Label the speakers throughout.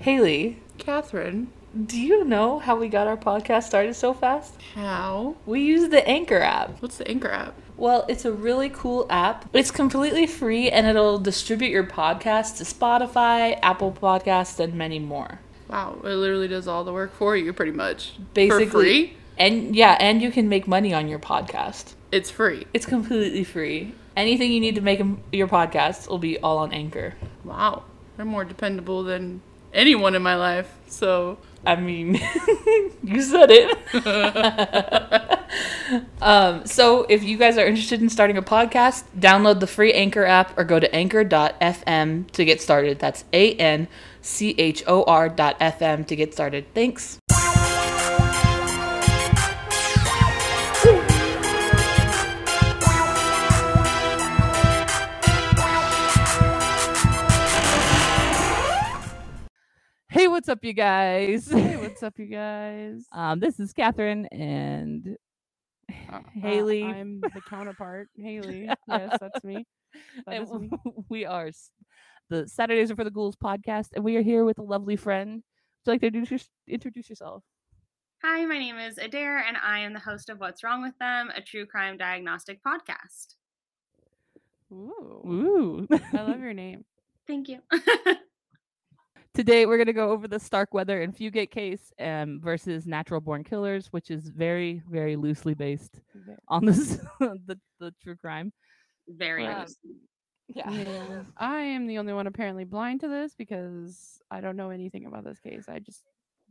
Speaker 1: Haley,
Speaker 2: Catherine,
Speaker 1: do you know how we got our podcast started so fast?
Speaker 2: how?
Speaker 1: We use the Anchor app.
Speaker 2: What's the Anchor app?
Speaker 1: Well, it's a really cool app. It's completely free and it'll distribute your podcast to Spotify, Apple Podcasts, and many more.
Speaker 2: Wow, it literally does all the work for you, pretty much.
Speaker 1: Basically,
Speaker 2: for free.
Speaker 1: and yeah, and you can make money on your podcast.
Speaker 2: It's free.
Speaker 1: It's completely free. Anything you need to make m- your podcast will be all on Anchor.
Speaker 2: Wow, they're more dependable than anyone in my life. So
Speaker 1: I mean, you said it. um, so, if you guys are interested in starting a podcast, download the free Anchor app or go to anchor.fm to get started. That's A N C H O R dot FM to get started. Thanks.
Speaker 3: Hey, what's up, you guys?
Speaker 2: hey, what's up, you guys?
Speaker 3: Um, this is Catherine, and Haley.
Speaker 4: Uh, I'm the counterpart, Haley. Yes, that's me. That
Speaker 3: and
Speaker 4: is me.
Speaker 3: we are s- the Saturdays are for the Ghouls podcast, and we are here with a lovely friend. Would you like to introduce, yours- introduce yourself?
Speaker 5: Hi, my name is Adair, and I am the host of What's Wrong with Them, a true crime diagnostic podcast.
Speaker 4: Ooh,
Speaker 3: Ooh.
Speaker 4: I love your name.
Speaker 5: Thank you.
Speaker 3: Today we're gonna go over the Starkweather and Fugate case um, versus Natural Born Killers, which is very, very loosely based
Speaker 4: Ve-
Speaker 3: on this the, the true crime.
Speaker 5: Very
Speaker 3: Wow.
Speaker 5: loosely.
Speaker 4: yeah. Um, I am the only one apparently blind to this because I don't know anything about this case. I just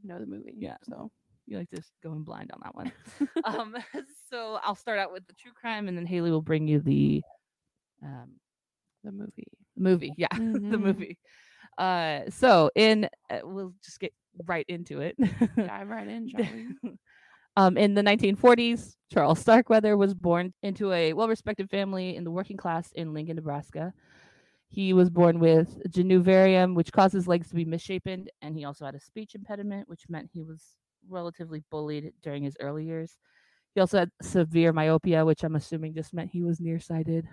Speaker 4: know the movie.
Speaker 3: Yeah.
Speaker 4: So
Speaker 3: you like just going blind on that one. um, so I'll start out with the true crime, and then Haley will bring you the um,
Speaker 4: the movie.
Speaker 3: movie. Yeah,
Speaker 5: Mm-hmm.
Speaker 3: the
Speaker 4: Mhm.
Speaker 3: movie. Uh, so in uh, we'll just get right into it.
Speaker 4: Dive right in, shall we?
Speaker 3: um, in the 1940s, Charles Starkweather was born into a well-respected family in the working class in Lincoln, Nebraska. He was born with genuvarium, which caused his legs to be misshapen, and he also had a speech impediment, which meant he was relatively bullied during his early years. He also had severe myopia, which I'm assuming just meant he was nearsighted.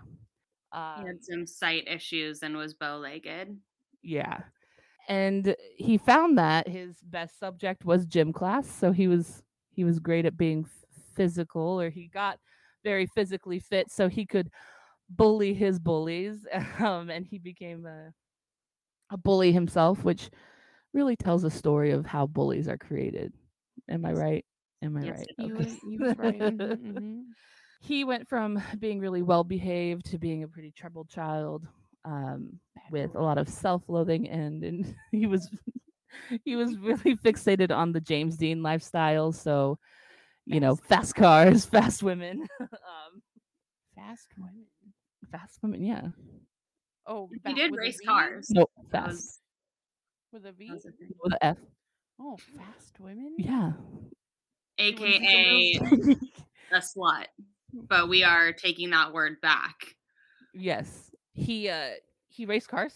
Speaker 3: Uh,
Speaker 5: He had some sight issues and was bow legged.
Speaker 3: yeah. And he found that his best subject was gym class, so he was he was great at being f- physical or he got very physically fit so he could bully his bullies um, and he became a a bully himself, which really tells a story of how bullies are created. Am I
Speaker 5: Yes.
Speaker 3: right? Am I
Speaker 5: Yes,
Speaker 3: right?
Speaker 5: it
Speaker 4: You, was, you was right. Mhm, mhm.
Speaker 3: he went from being really well behaved to being a pretty troubled child um, with a lot of self-loathing and, and he was he was really fixated on the james dean lifestyle so you know fast cars fast women um,
Speaker 4: Fast women.
Speaker 3: fast women yeah
Speaker 4: Oh,
Speaker 5: He
Speaker 4: ba-
Speaker 5: did
Speaker 4: with a
Speaker 5: race
Speaker 4: V?
Speaker 5: cars.
Speaker 4: um,
Speaker 3: no
Speaker 5: That
Speaker 3: fast
Speaker 5: was-
Speaker 4: with a V.
Speaker 5: that was a thing.
Speaker 3: with a f
Speaker 4: Oh, fast women.
Speaker 3: yeah
Speaker 4: It was just
Speaker 5: AKA
Speaker 4: a real-
Speaker 5: a slut. But we are taking that word back.
Speaker 3: yes he uh he raced cars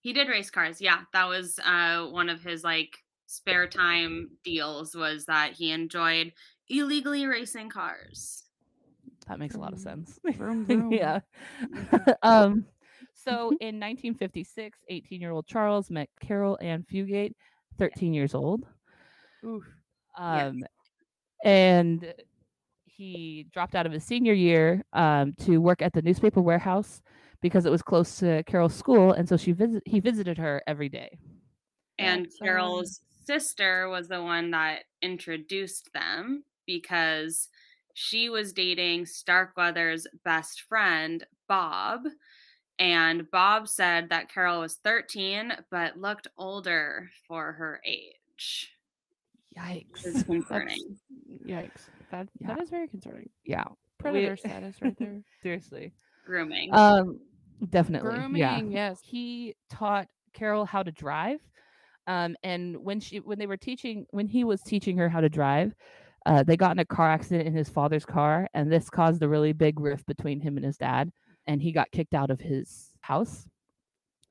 Speaker 5: He did race cars. Yeah, that was uh, one of his like spare time deals was that he enjoyed illegally racing cars.
Speaker 3: that makes a lot of
Speaker 4: Vroom.
Speaker 3: sense
Speaker 4: Vroom, vroom.
Speaker 3: Oh. yeah. um, so
Speaker 4: mm-hmm.
Speaker 3: in 1956, 18 year old Charles met Carol Ann Fugate, 13 years old.
Speaker 4: Oof.
Speaker 5: Yes.
Speaker 3: Um, And he dropped out of his senior year um, to work at the newspaper warehouse because it was close to Carol's school. And so she visit- he visited her every day.
Speaker 5: And
Speaker 4: That's, um,
Speaker 5: Carol's sister was the one that introduced them because she was dating Starkweather's best friend, Bob. And Bob said that Carol was 13, but looked older for her age. Which is
Speaker 3: Yikes.
Speaker 5: concerning.
Speaker 4: Yikes. That
Speaker 3: Yeah.
Speaker 4: that is very concerning.
Speaker 3: Yeah.
Speaker 4: Predator status right there.
Speaker 3: Seriously.
Speaker 5: Grooming.
Speaker 3: Um, definitely.
Speaker 4: Grooming.
Speaker 3: Yeah.
Speaker 4: Yes.
Speaker 3: he taught Carol how to drive. Um, and when she when they were teaching when he was teaching her how to drive, uh, they got in a car accident in his father's car, and this caused a really big rift between him and his dad, and he got kicked out of his house.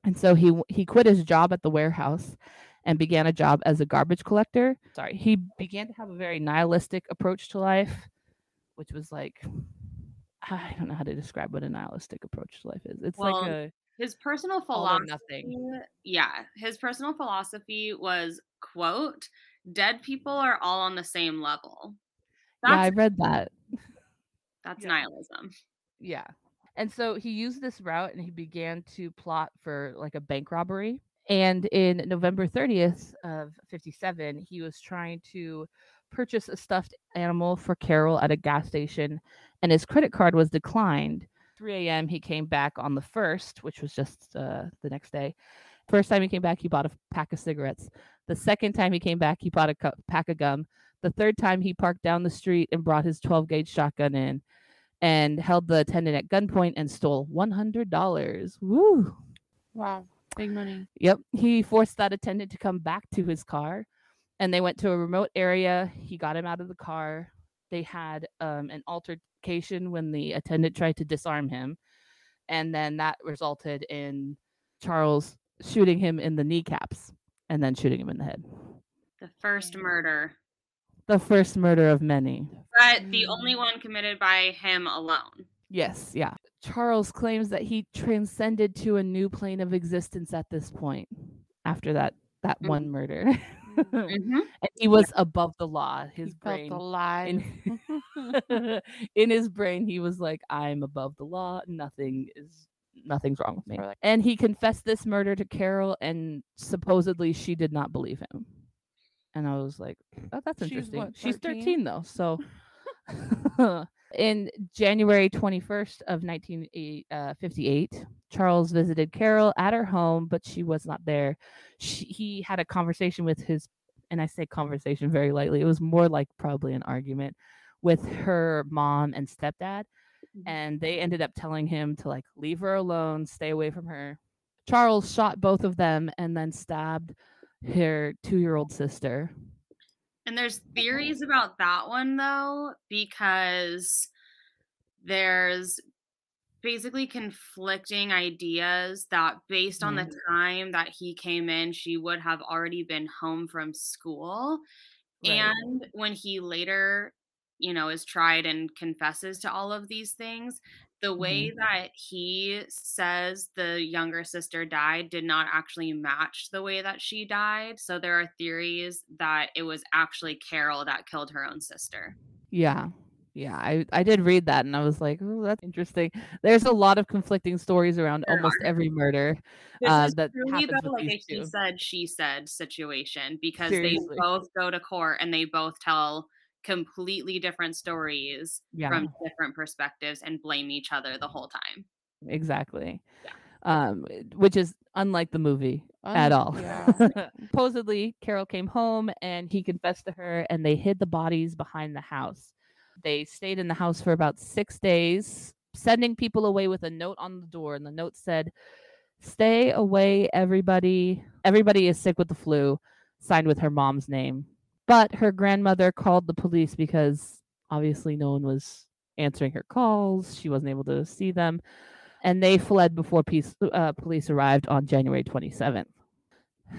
Speaker 3: And so he w- he quit his job at the warehouse and began a job as a garbage collector. Sorry, he began to have a very nihilistic approach to life, which was like I don't know how to describe what a nihilistic approach to life is. It's
Speaker 5: Well,
Speaker 3: like a
Speaker 5: his personal
Speaker 3: All or
Speaker 5: philosophy
Speaker 3: nothing.
Speaker 5: yeah his personal philosophy was quote dead people are all on the same level that's
Speaker 3: Yeah, I read that.
Speaker 5: that's
Speaker 2: yeah.
Speaker 5: nihilism
Speaker 3: Yeah. And so he used this route and he began to plot for like a bank robbery. And in November 30th of 57, he was trying to purchase a stuffed animal for Carol at a gas station and his credit card was declined. 3 a.m. he came back on the 1st, which was just uh, the next day. First time he came back, he bought a f- pack of cigarettes. The second time he came back, he bought a cu- pack of gum. The third time he parked down the street and brought his 12 gauge shotgun in and held the attendant at gunpoint and stole $100. Woo!
Speaker 4: Wow. Big money.
Speaker 3: Yep. He forced that attendant to come back to his car and they went to a remote area. He got him out of the car. They had um, an altercation when the attendant tried to disarm him. And then that resulted in Charles shooting him in the kneecaps and then shooting him in the head.
Speaker 5: the first murder
Speaker 3: The first murder of many.
Speaker 5: but the only one committed by him alone
Speaker 3: Yes, yeah. Charles claims that he transcended to a new plane of existence at this point after that that
Speaker 4: Mm-hmm.
Speaker 5: Mhm.
Speaker 3: one murder. and
Speaker 5: Mhm.
Speaker 3: he was above the law. His
Speaker 4: he
Speaker 3: brain
Speaker 4: felt Mm-hmm. alive.
Speaker 3: in, in his brain he was like I'm above the law. Nothing is nothing's wrong with me.
Speaker 4: Or like-
Speaker 3: And he confessed this murder to Carol and supposedly she did not believe him. And I was like, oh, that's
Speaker 4: She's
Speaker 3: interesting.
Speaker 4: what,
Speaker 3: She's
Speaker 4: 13?
Speaker 3: 13 though. So in January 21st of 1958, Charles visited Carol at her home, but she was not there. She, he had a conversation with his, and I say conversation very lightly, it was more like probably an argument with her mom and stepdad.
Speaker 5: Mhm.
Speaker 3: And they ended up telling him to like leave her alone, stay away from her. Charles shot both of them and then stabbed her two year old sister.
Speaker 5: And there's theories about that one though, because there's basically conflicting ideas that based on the time that he came in, she would have already been home from school. And when he later, you know, is tried and confesses to all of these things, the way that he says the younger sister died did not actually match the way that she died. So there are theories that it was actually Carol that killed her own sister.
Speaker 3: Yeah. Yeah, I, I did read that and I was like, oh, that's interesting. There's a lot of conflicting stories around
Speaker 5: There
Speaker 3: almost every murder.
Speaker 5: This
Speaker 3: Uh,
Speaker 5: is
Speaker 3: that
Speaker 5: truly
Speaker 3: happens
Speaker 5: though,
Speaker 3: with
Speaker 5: like a
Speaker 3: these
Speaker 5: he
Speaker 3: two.
Speaker 5: said, she said situation because
Speaker 3: Seriously.
Speaker 5: they both go to court and they both tell completely different stories
Speaker 3: Yeah.
Speaker 5: from different perspectives and blame each other the whole time.
Speaker 3: exactly. Um, which is unlike the movie at
Speaker 4: Un-
Speaker 3: all.
Speaker 4: Yeah.
Speaker 3: Supposedly, Carol came home and he confessed to her, and they hid the bodies behind the house. They stayed in the house for about six days, sending people away with a note on the door. And the note said, Stay away, everybody. Everybody is sick with the flu, signed with her mom's name. But her grandmother called the police because obviously no one was answering her calls. She wasn't able to see them. And they fled before peace, uh, police arrived on January 27th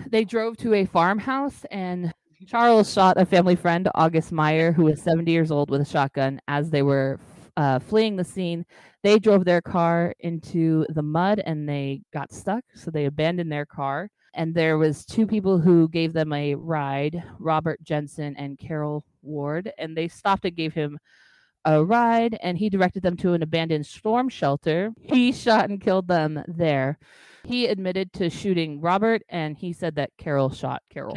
Speaker 3: they drove to a farmhouse and Charles shot a family friend, August Meyer, who was 70 years old, with a shotgun as they were uh, fleeing the scene. They drove their car into the mud and they got stuck, so they abandoned their car. And there was two people who gave them a ride, Robert Jensen and Carol Ward, and they stopped and gave him a ride. And he directed them to an abandoned storm shelter. He shot and killed them there. He admitted to shooting Robert, and he said that Carol shot Carol.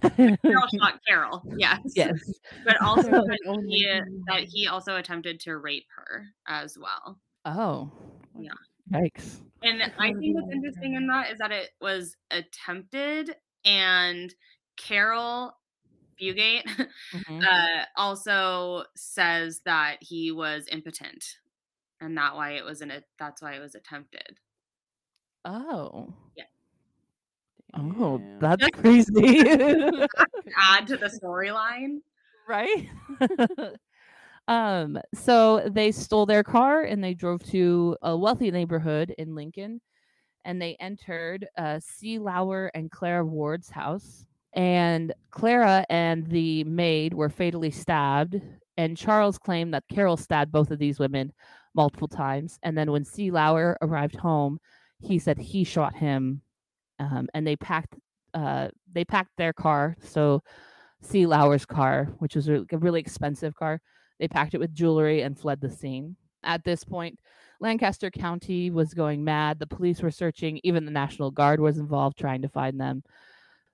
Speaker 5: Carol shot Carol, yes.
Speaker 3: yes,
Speaker 5: But also
Speaker 4: They're
Speaker 5: that
Speaker 4: only
Speaker 5: he,
Speaker 4: human.
Speaker 5: that he also attempted to rape her as well.
Speaker 3: Oh.
Speaker 5: Yeah.
Speaker 3: Yikes.
Speaker 5: And I
Speaker 4: would
Speaker 5: think
Speaker 4: be
Speaker 5: what's
Speaker 4: my
Speaker 5: interesting in that is that it was attempted and Carol Fugate
Speaker 3: Mm-hmm.
Speaker 5: uh, also says that he was impotent and that why it was an that's why it was attempted.
Speaker 3: Oh.
Speaker 5: Yeah.
Speaker 3: Oh,
Speaker 4: Damn.
Speaker 3: that's crazy.
Speaker 5: Add to the storyline.
Speaker 3: right? um, so they stole their car and they drove to a wealthy neighborhood in Lincoln and they entered uh, C. Lauer and Clara Ward's house. And Clara and the maid were fatally stabbed. And Charles claimed that Carol stabbed both of these women multiple times. And then when C. Lauer arrived home, he said he shot him, um, and they packed uh, they packed their car. So C. Lauer's car, which was a a really expensive car, they packed it with jewelry and fled the scene. At this point, Lancaster County was going mad. The police were searching. Even the National Guard was involved trying to find them.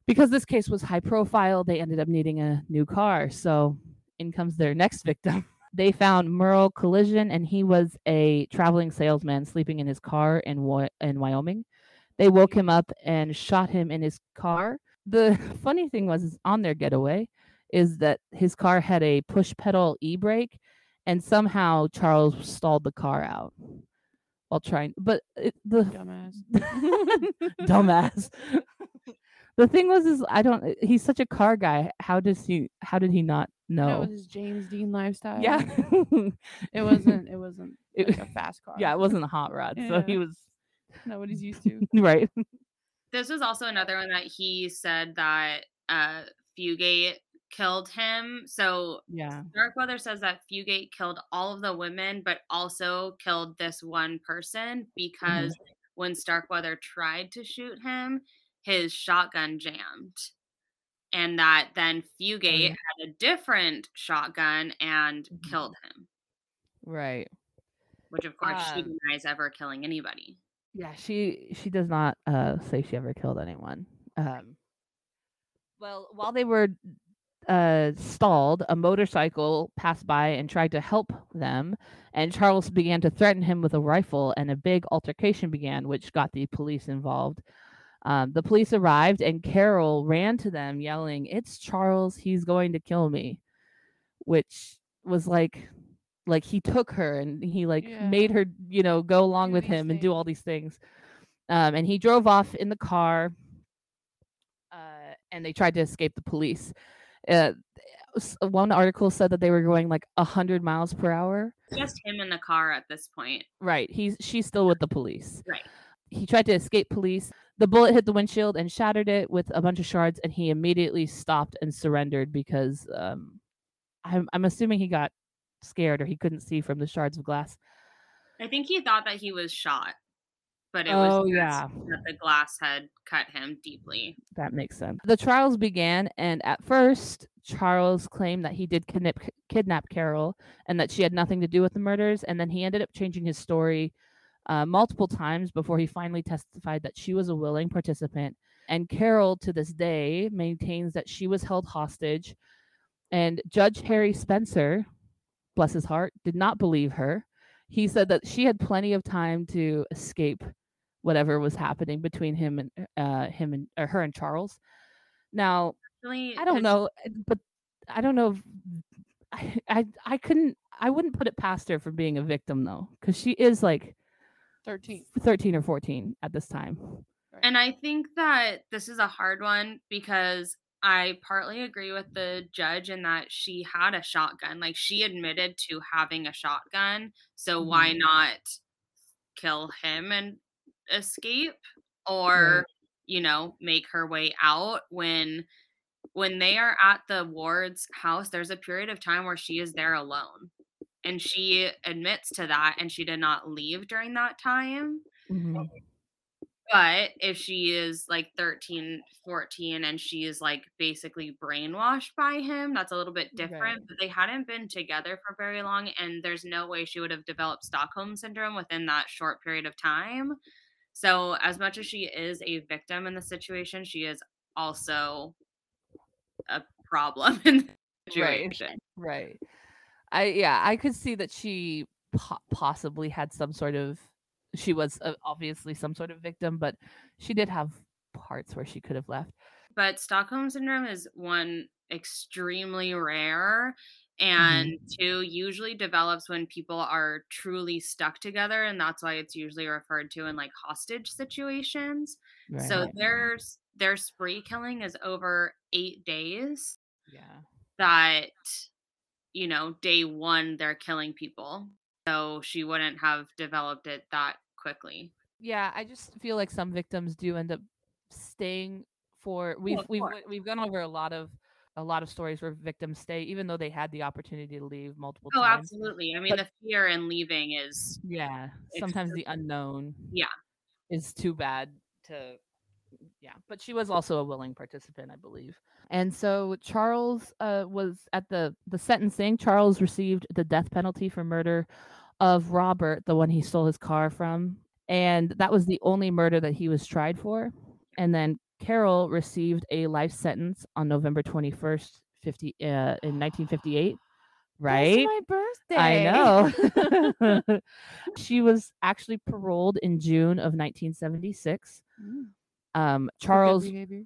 Speaker 3: Because this case was high profile, they ended up needing a new car. So in comes their next victim. They found Merle Collision, and he was a traveling salesman sleeping in his car in, Wy- in Wyoming. They woke him up and shot him in his car. The funny thing was, is on their getaway, is that his car had a push pedal e brake, and somehow Charles stalled the car out while trying. But it, the
Speaker 4: Dumbass.
Speaker 3: dumbass. the thing was, is I don't. eh, He's such a car guy. How does he? How did he not
Speaker 4: That
Speaker 3: know?
Speaker 4: was his James Dean lifestyle.
Speaker 3: yeah,
Speaker 4: It wasn't. It wasn't
Speaker 3: It-
Speaker 4: like a fast car.
Speaker 3: yeah. It wasn't a hot rod, so he
Speaker 4: Yeah.
Speaker 3: was
Speaker 4: Not what he's used to.
Speaker 3: right.
Speaker 5: This was also another one that he said that uh, Fugate killed him. So
Speaker 3: Yeah,
Speaker 5: Darkweather says that Fugate killed all of the women, but also killed this one
Speaker 3: Mm-hmm.
Speaker 5: person because when Starkweather tried to shoot him, his shotgun jammed. And that then Fugate had a different shotgun and
Speaker 3: Mhm.
Speaker 5: killed him,
Speaker 3: right.
Speaker 5: which of course she
Speaker 3: Um,
Speaker 5: denies ever killing anybody.
Speaker 3: Yeah, she she does not uh, say she ever killed anyone. Um, well, while they were uh, stalled, a motorcycle passed by and tried to help them, and Charles began to threaten him with a rifle, and a big altercation began, which got the police involved. Um, the police arrived, and Carol ran to them, yelling, "It's Charles! He's going to kill me," which was like like he took her and he like
Speaker 4: Yeah.
Speaker 3: made her you know go along
Speaker 4: do
Speaker 3: with
Speaker 4: these
Speaker 3: him and do all these things um, and he drove off in the car uh, and they tried to escape the police uh, s- one article said that they were going like 100 miles per hour
Speaker 5: Just him in the car at this point.
Speaker 3: right he's she's still with the police
Speaker 5: Right.
Speaker 3: he tried to escape police the bullet hit the windshield and shattered it with a bunch of shards and he immediately stopped and surrendered because um, I'm, I'm assuming he got scared or he couldn't see from the shards of glass
Speaker 5: I think he thought that he was shot, but it
Speaker 3: Oh,
Speaker 5: was just
Speaker 3: yeah.
Speaker 5: that the glass had cut him deeply.
Speaker 3: That makes sense. The trials began, and at first, Charles claimed that he did kidnap, kidnap Carol and that she had nothing to do with the murders. And then he ended up changing his story uh, multiple times before he finally testified that she was a willing participant. And Carol, to this day, maintains that she was held hostage. And Judge Harry Spencer, bless his heart, did not believe her. He said that she had plenty of time to escape whatever was happening between him and uh, him and or her and Charles. Now
Speaker 5: Really,
Speaker 3: I don't
Speaker 5: could-
Speaker 3: know, uh, but I don't know. If, I, I I couldn't. I wouldn't put it past her for being a victim though, because she is like
Speaker 4: Thirteen.
Speaker 3: thirteen or fourteen at this time.
Speaker 5: And I think that this is a hard one because I partly agree with the judge in that she had a shotgun. Like she admitted to having a shotgun. So why not kill him and escape or, you know, make her way out when when they are at the ward's house there's a period of time where she is there alone and she admits to that and she did not leave during that time but if she is like 13, 14, and she is like basically brainwashed by him, that's a little bit different. But they hadn't been together for very long, and there's no way she would have developed Stockholm syndrome within that short period of time. So, as much as she is a victim in the situation, she is also a problem in the
Speaker 3: Right.
Speaker 5: situation.
Speaker 3: Right. I yeah, I could see that she po- possibly had some sort of she was uh, obviously some sort of victim, but she did have parts where she could have left.
Speaker 5: but Stockholm syndrome is one extremely rare and two usually develops when people are truly stuck together and that's why it's usually referred to in like hostage situations. So there's their spree killing is over 8 days
Speaker 3: yeah.
Speaker 5: that you know, day 1 they're killing people. So she wouldn't have developed it that quickly.
Speaker 3: yeah i just feel like some victims do end up staying for we've
Speaker 5: of
Speaker 3: we've
Speaker 5: course.
Speaker 3: went- we've gone over a lot of a lot of stories where victims stay even though they had the opportunity to leave multiple
Speaker 5: Oh,
Speaker 3: times
Speaker 5: absolutely. I mean, the fear in leaving is
Speaker 3: yeah
Speaker 5: It's
Speaker 3: sometimes the
Speaker 5: just-
Speaker 3: unknown
Speaker 5: Yeah.
Speaker 3: is too bad to yeah but she was also a willing participant i believe and so charles uh, was at the the sentencing charles received the death penalty for murder of robert the one he stole his car from and that was the only murder that he was tried for and then carol received a life sentence on november 21st 50 uh, in 1958
Speaker 4: That's
Speaker 3: right
Speaker 4: my birthday. Mm,
Speaker 3: I know. she was actually paroled in June of 1976.
Speaker 4: Mm,
Speaker 3: Um,
Speaker 4: for good
Speaker 3: Charles,
Speaker 4: behavior.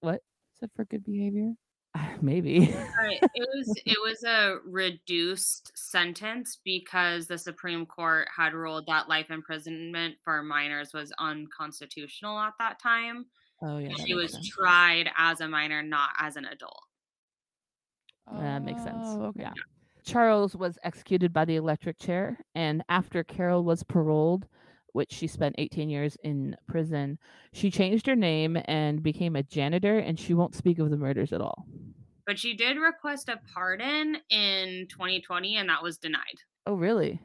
Speaker 3: what?
Speaker 4: Said for good behavior.
Speaker 3: maybe.
Speaker 5: Right, it was it was a reduced sentence because the Supreme Court had ruled that life imprisonment for minors was unconstitutional at that time.
Speaker 3: Oh yeah, that
Speaker 5: she was
Speaker 3: makes sense.
Speaker 5: tried as a minor, not as an adult.
Speaker 3: That makes sense.
Speaker 4: Oh, okay.
Speaker 3: Yeah. Charles was executed by the electric chair, and after Carol was paroled, which she spent 18 years in prison, she changed her name and became a janitor, and she won't speak of the murders at all.
Speaker 5: But she did request a pardon in 2020 and that was denied.
Speaker 3: Oh really?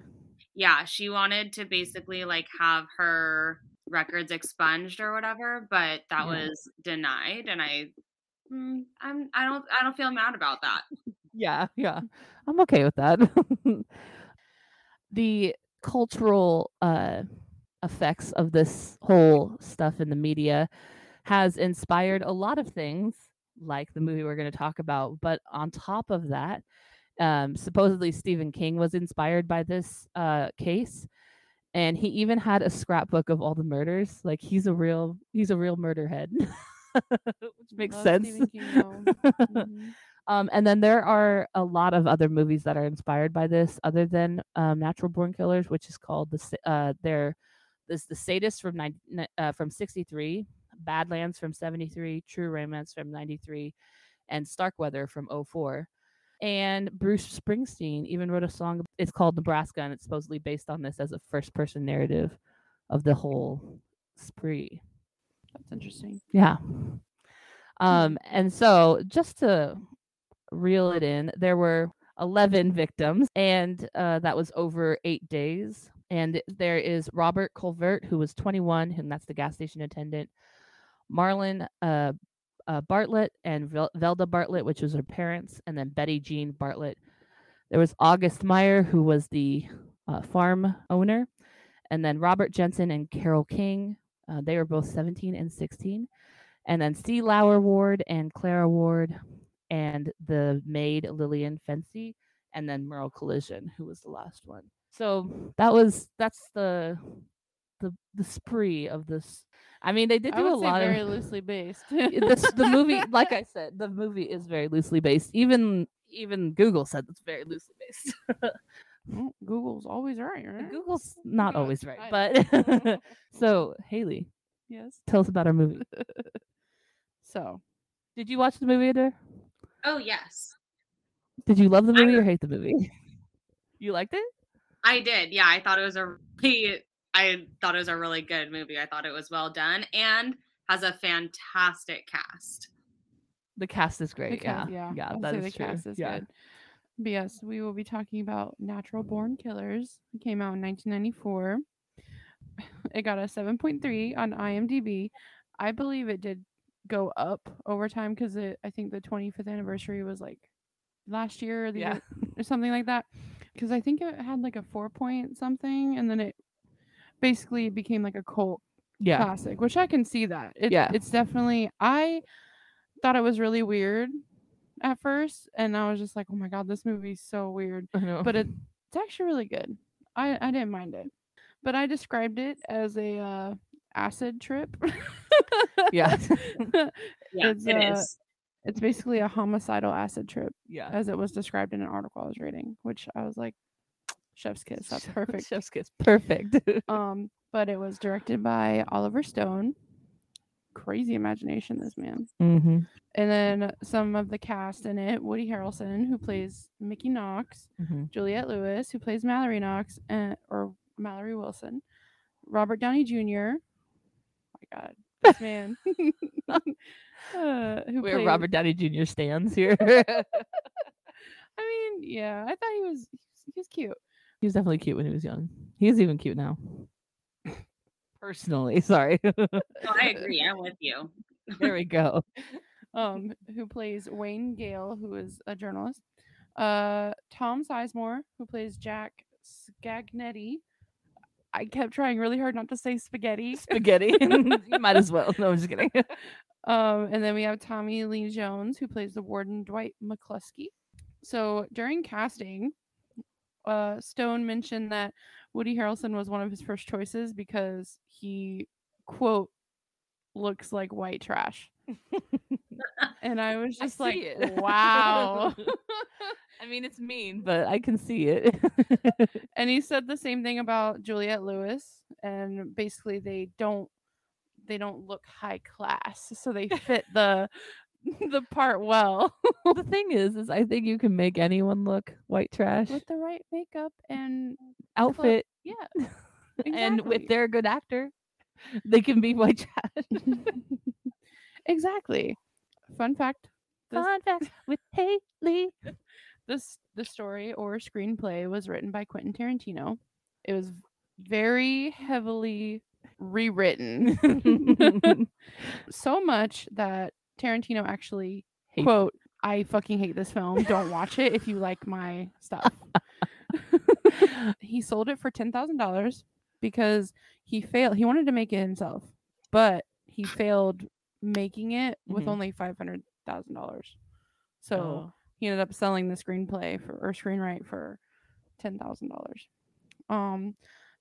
Speaker 5: yeah, she wanted to basically like have her records expunged or whatever, but
Speaker 3: Yeah.
Speaker 5: that was denied. And I, mm, I'm, I don't, I don't feel mad about that.
Speaker 3: Yeah, yeah. I'm okay with that. the cultural uh, effects of this whole stuff in the media has inspired a lot of things, like the movie we're going to talk about. But on top of that, um, supposedly Stephen King was inspired by this uh, case. And he even had a scrapbook of all the murders. Like he's a real he's a real murder head, which makes
Speaker 4: Love
Speaker 3: sense.
Speaker 4: Stephen King, though. Mhm.
Speaker 3: Um, and then there are a lot of other movies that are inspired by this, other than um, Natural Born Killers, which is called the Sa- uh, their this the Sadist from 90, ni- uh, from '63, Badlands from '73, True Romance from '93, and Starkweather from '04. And Bruce Springsteen even wrote a song. It's called Nebraska, and it's supposedly based on this as a first-person narrative of the whole spree.
Speaker 4: That's interesting.
Speaker 3: Yeah. Um, and so just to reel it in, there were 11 victims, and uh, that was over eight days. And there is Robert Colvert, who was 21, and that's the gas station attendant, Marlon uh, uh, Bartlett, and Vel- Velda Bartlett, which was her parents, and then Betty Jean Bartlett. There was August Meyer, who was the uh, farm owner, and then Robert Jensen and Carol King. Uh, they were both 17 and 16 and then C. Lauer Ward and Clara Ward, and the maid Lillian Fancy, and then Merle Collision, who was the last one. So that was that's the the the spree of this. I mean, they did
Speaker 4: I
Speaker 3: do
Speaker 4: would
Speaker 3: a
Speaker 4: say
Speaker 3: lot
Speaker 4: very
Speaker 3: of
Speaker 4: loosely based.
Speaker 3: this, the movie. Like I said, the movie is very loosely based. Even even Google said it's very loosely based.
Speaker 4: Mm, Google's always right, right?
Speaker 3: Google's not
Speaker 4: God,
Speaker 3: always right,
Speaker 4: I know.
Speaker 3: but so Haley,
Speaker 4: yes.
Speaker 3: tell us about our movie.
Speaker 4: So
Speaker 3: Did you watch the movie, Adair?
Speaker 5: Oh, yes.
Speaker 3: Did you love the
Speaker 5: I-
Speaker 3: movie or hate the movie? You liked it?
Speaker 5: I did. Yeah. I thought it was a really, I thought it was a really good movie. I thought it was well done and has a fantastic cast.
Speaker 3: The cast is great.
Speaker 4: because-
Speaker 3: yeah.
Speaker 4: yeah, I'd
Speaker 3: that
Speaker 4: say
Speaker 3: is
Speaker 4: the
Speaker 3: true.
Speaker 4: cast is
Speaker 3: yeah.
Speaker 4: good. But yes, we will be talking about Natural Born Killers. It came out in 1994. It got a 7.3 on IMDb. I believe it did go up over time because I think the 25th anniversary was like last year or the
Speaker 3: Yeah.
Speaker 4: year, or something like that. Because I think it had like a four point something, and then it basically became like a cult
Speaker 3: Yeah.
Speaker 4: classic, which I can see that. It,
Speaker 3: Yeah.
Speaker 4: It's definitely, I thought it was really weird at first. And I was just like, oh my God, this movie's so weird.
Speaker 3: I know.
Speaker 4: But it, it's actually really good. I, I didn't mind it. But I described it as a uh, acid trip.
Speaker 3: yeah.
Speaker 5: Yeah,
Speaker 4: It's,
Speaker 5: it
Speaker 4: uh,
Speaker 5: is.
Speaker 4: it's basically a homicidal acid trip,
Speaker 3: yeah.
Speaker 4: as it was described in an article I was reading, which I was like, chef's kiss. That's perfect.
Speaker 3: Chef's kiss. Perfect.
Speaker 4: um, but it was directed by Oliver Stone. Crazy imagination, this man.
Speaker 3: mm-hmm.
Speaker 4: And then some of the cast in it Woody Harrelson, who plays Mickey Knox,
Speaker 3: Mhm.
Speaker 4: Juliette Lewis, who plays Mallory Knox, and, or Mallory Wilson, Robert Downey Jr. Oh my God, this man. uh, who
Speaker 3: Where
Speaker 4: played-
Speaker 3: Robert Downey Jr. stands here.
Speaker 4: I mean, yeah, I thought he was, he was, he was cute.
Speaker 3: he was definitely cute when he was young. He is even cute now. personally. Sorry.
Speaker 5: No, I agree. I'm with you.
Speaker 3: there we go.
Speaker 4: um, who plays Wayne Gale, who is a journalist. Uh, Tom Sizemore, who plays Jack Scagnetti. I kept trying really hard not to say spaghetti.
Speaker 3: Spaghetti. you might as well. No, I'm just kidding.
Speaker 4: Um, and then we have Tommy Lee Jones, who plays the warden Dwight McCluskey. So during casting, uh, Stone mentioned that Woody Harrelson was one of his first choices because he, quote, looks like white trash. and I was
Speaker 3: I
Speaker 4: just
Speaker 3: see
Speaker 4: like,
Speaker 3: it.
Speaker 4: wow.
Speaker 3: I mean, it's mean, but I can see it.
Speaker 4: and he said the same thing about Juliette Lewis, and basically they don't they don't look high class, so they fit the the part well
Speaker 3: the thing is, is I think you can make anyone look white trash
Speaker 4: with the right makeup and
Speaker 3: outfit,
Speaker 4: yeah,
Speaker 3: and with
Speaker 4: exactly.
Speaker 3: they're a good actor, they can be white trash.
Speaker 4: exactly. Fun fact: This-
Speaker 3: Fun fact with Haley.
Speaker 4: this the story or screenplay was written by Quentin Tarantino. It was very heavily rewritten, so much that Tarantino actually
Speaker 3: Hate-
Speaker 4: quote i fucking hate this film don't watch it if you like my stuff he sold it for $10000 because he failed he wanted to make it himself but he failed making it with
Speaker 3: Mhm.
Speaker 4: only $500000 so he ended up selling the screenplay for or screenwrite for ten thousand dollars. Um,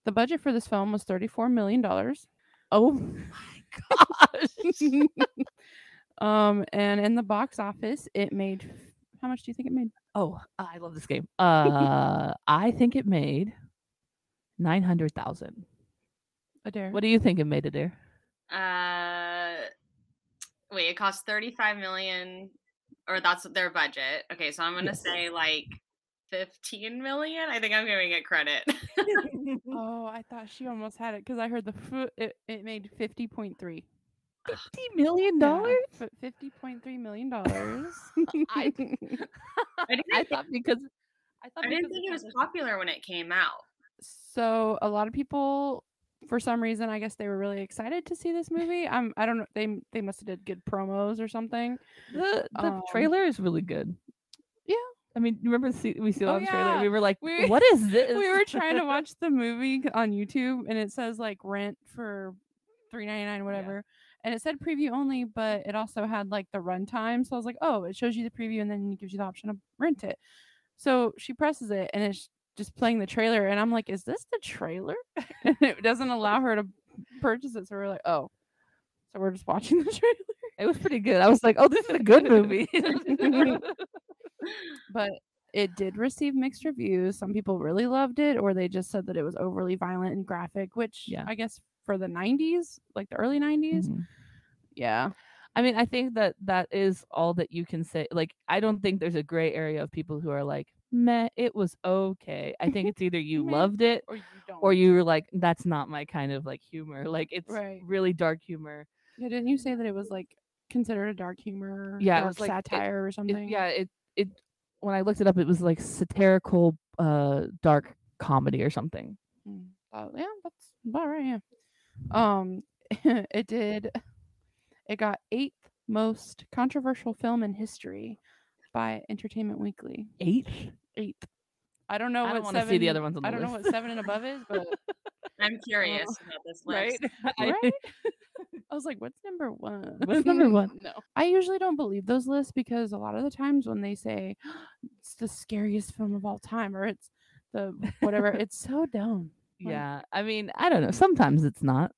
Speaker 4: the budget for this film was thirty four million dollars. Oh my gosh! um, and in the box office, it made how much do you think it made?
Speaker 3: Oh, I love this game. Uh, I think it made nine hundred thousand.
Speaker 4: Adair,
Speaker 3: What do you think it made, Adair?
Speaker 5: Uh, wait, it costs 35 million, or that's their budget. Okay, so I'm gonna
Speaker 3: Yes.
Speaker 5: say like 15 million. I think I'm giving it credit.
Speaker 4: Oh, I thought she almost had it because I heard the fu- it, it made fifty point three
Speaker 3: Fifty million dollars.
Speaker 4: Fifty point three million dollars.
Speaker 3: I-
Speaker 5: I didn't,
Speaker 3: I
Speaker 5: think,
Speaker 3: thought because I thought
Speaker 5: I didn't
Speaker 3: because of
Speaker 5: think it
Speaker 3: how
Speaker 5: was popular when it came out.
Speaker 4: so a lot of people for some reason i guess they were really excited to see this movie um, i don't know they m- they must have did good promos or something
Speaker 3: The the
Speaker 4: Um,
Speaker 3: trailer is really good.
Speaker 4: yeah.
Speaker 3: I mean, you remember see, we saw
Speaker 4: Oh,
Speaker 3: the trailer?
Speaker 4: yeah.
Speaker 3: We were like,
Speaker 4: We-
Speaker 3: "What is this?"
Speaker 4: we were trying to watch the movie c- on youtube and it says like rent for 3.99 whatever and it said preview only but it also had like the runtime so i was like oh it shows you the preview and then it gives you the option to rent it so she presses it and it's just playing the trailer and i'm like is this the trailer and it doesn't allow her to purchase it so we're like oh so we're just watching the trailer
Speaker 3: it was pretty good. I was like, "Oh, this is a good movie."
Speaker 4: but it did receive mixed reviews. Some people really loved it, or they just said that it was overly violent and graphic, which
Speaker 3: Yeah.
Speaker 4: I guess for the 90s, like the early 90s.
Speaker 3: Mhm.
Speaker 4: Yeah.
Speaker 3: I mean, I think that that is all that you can say. Like, I don't think there's a gray area of people who are like, "Meh, it was okay." I think it's either you
Speaker 4: Meh.
Speaker 3: loved it
Speaker 4: Or you don't.
Speaker 3: or you were like, "That's not my kind of like humor." Like, it's
Speaker 4: Right.
Speaker 3: really dark humor.
Speaker 4: Yeah, didn't you say that it was like considered a dark humor?
Speaker 3: Yeah, it
Speaker 4: dark
Speaker 3: was, like, it-
Speaker 4: satire or
Speaker 3: It-
Speaker 4: something?
Speaker 3: yeah, it it when I looked it up, it was like satirical, uh, dark comedy or something.
Speaker 4: Mm. Oh, yeah, that's about right. Yeah. Um, it did. It got eighth most controversial film in history by Entertainment Weekly.
Speaker 3: Eighth.
Speaker 4: Eighth. I don't know
Speaker 3: I
Speaker 4: what
Speaker 3: don't wanna see the
Speaker 4: seven-
Speaker 3: other ones on the
Speaker 4: I don't know
Speaker 3: list.
Speaker 4: what seven and above is, but
Speaker 5: I'm curious about this list.
Speaker 3: I-
Speaker 4: Right? I was like, what's number one?
Speaker 3: What's number one?
Speaker 4: no. I usually don't believe those lists because a lot of the times when they say it's the scariest film of all time or it's the whatever, it's so dumb. Like,
Speaker 3: Yeah, I mean, I don't know. Sometimes it's not.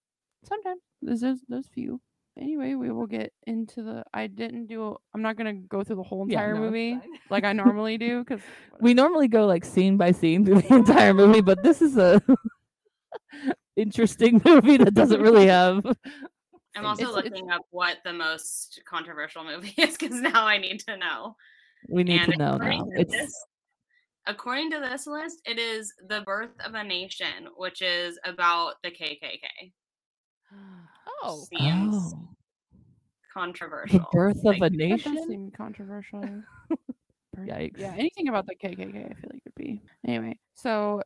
Speaker 4: Sometimes there's those, those few. Anyway, we will get into the. I didn't do. a- I'm not gonna go through the whole
Speaker 3: Yeah,
Speaker 4: entire
Speaker 3: no, it's
Speaker 4: movie
Speaker 3: fine.
Speaker 4: like I normally do because
Speaker 3: We normally go like scene by scene through the entire movie, but this is a interesting movie that doesn't really have.
Speaker 5: I'm also
Speaker 4: It's- it's-
Speaker 5: looking up what the most controversial movie is because now I need to know.
Speaker 3: We need
Speaker 5: And
Speaker 3: to know
Speaker 5: according
Speaker 3: now.
Speaker 5: to
Speaker 3: It's
Speaker 5: this- according to this list, it is The Birth of a Nation, which is about the KKK.
Speaker 4: oh,
Speaker 5: Seems
Speaker 3: oh, the
Speaker 5: controversial.
Speaker 3: birth of a
Speaker 5: Like,
Speaker 4: that does
Speaker 3: nation.
Speaker 4: seem controversial. Birth-
Speaker 3: Yikes.
Speaker 4: Yeah, anything about the KKK, I feel like would be. Anyway, so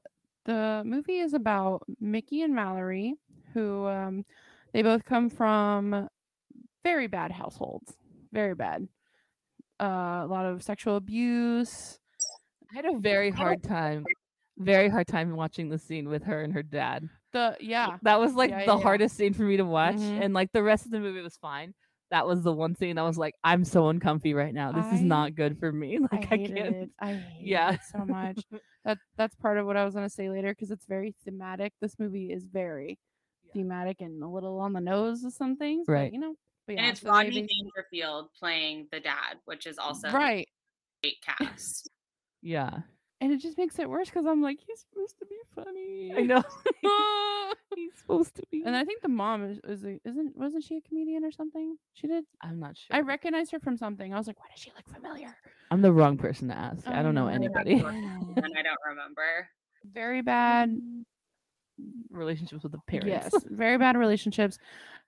Speaker 4: the movie is about Mickey and Mallory, who um, they both come from very bad households, very bad. Uh, a lot of sexual abuse.
Speaker 3: I had a very hard time, very hard time watching the scene with her and her dad.
Speaker 4: The yeah,
Speaker 3: That was like
Speaker 4: Yeah,
Speaker 3: the
Speaker 4: yeah, yeah.
Speaker 3: hardest scene for me to watch,
Speaker 4: Mhm.
Speaker 3: and like the rest of the movie was fine. That was the one scene I was like, I'm so uncomfy right now. This is
Speaker 4: I-
Speaker 3: not good for me.
Speaker 4: I
Speaker 3: Like I,
Speaker 4: hated
Speaker 3: can't.
Speaker 4: it. I hated
Speaker 3: Yeah.
Speaker 4: it so much. that that's part of what I was gonna say later because it's very thematic. This movie is very thematic and a little on the nose with some things, but,
Speaker 3: Right.
Speaker 4: you know, but yeah,
Speaker 5: and it's
Speaker 4: so they
Speaker 5: Rodney
Speaker 4: bas-
Speaker 5: Dangerfield playing the dad, which is also a
Speaker 4: right,
Speaker 5: great cast.
Speaker 3: Yeah,
Speaker 4: and it just makes it worse because I'm like, he's supposed to be funny.
Speaker 3: I know. He's supposed to be.
Speaker 4: And I think the mom is, is a, isn't wasn't she a comedian or something? She did.
Speaker 3: I'm not sure.
Speaker 4: I recognized her from something. I was like, why does she look familiar?
Speaker 3: I'm the wrong person to ask. I
Speaker 4: I
Speaker 3: don't know
Speaker 4: know.
Speaker 3: anybody.
Speaker 4: I know.
Speaker 5: and I don't remember.
Speaker 4: Very bad
Speaker 3: Mm. Relationships with the parents.
Speaker 4: Yes, very bad relationships.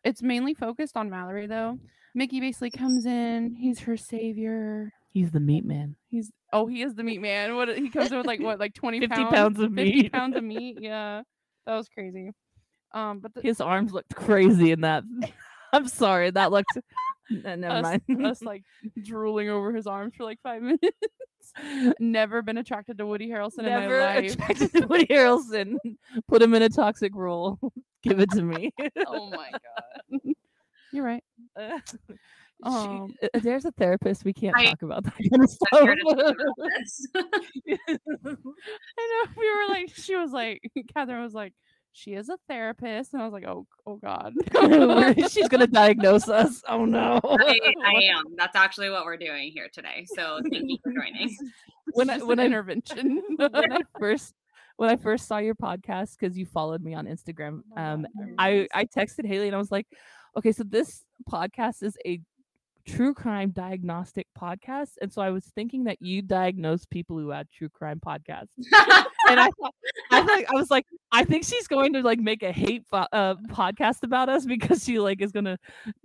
Speaker 4: It's mainly focused on Mallory though. Mickey basically comes in. He's her savior.
Speaker 3: He's the meat man.
Speaker 4: He's oh, he is the meat man. What he comes in with like what like twenty
Speaker 3: 50
Speaker 4: pounds,
Speaker 3: pounds of
Speaker 4: 50
Speaker 3: meat.
Speaker 4: pounds of meat. Yeah, that was crazy. Um, but the,
Speaker 3: His arms looked crazy in that. I'm sorry. That looked. N- never
Speaker 4: us,
Speaker 3: mind.
Speaker 4: us like drooling over his arms for like five minutes. Never been attracted to Woody Harrelson
Speaker 3: never
Speaker 4: in my life.
Speaker 3: attracted to Woody Harrelson. Put him in a toxic role. Give it to me.
Speaker 4: oh my god. You're right.
Speaker 3: Uh,
Speaker 4: Um,
Speaker 3: she, uh, there's a therapist. We can't
Speaker 5: I-
Speaker 3: talk about that kind of
Speaker 5: I'm here to talk
Speaker 3: stuff.
Speaker 5: about this.
Speaker 4: I know. We were like, she was like, Catherine was like, she is a therapist, and I was like, oh, oh god.
Speaker 3: We're- She's gonna diagnose us. Oh no.
Speaker 5: I, I am. That's actually what we're doing here today. So thank you for joining.
Speaker 3: when I
Speaker 4: Just
Speaker 3: when
Speaker 4: an
Speaker 3: I
Speaker 4: intervention.
Speaker 3: when I first when I first saw your podcast because you followed me on Instagram,
Speaker 4: Oh,
Speaker 3: um, I I texted Haley and I was like, okay, so this podcast is a true crime diagnostic podcast, and so I was thinking that you diagnose people who had true crime podcasts, and I thought I thought I was like, I think she's going to like make a hate fo- uh, podcast about us because she like is gonna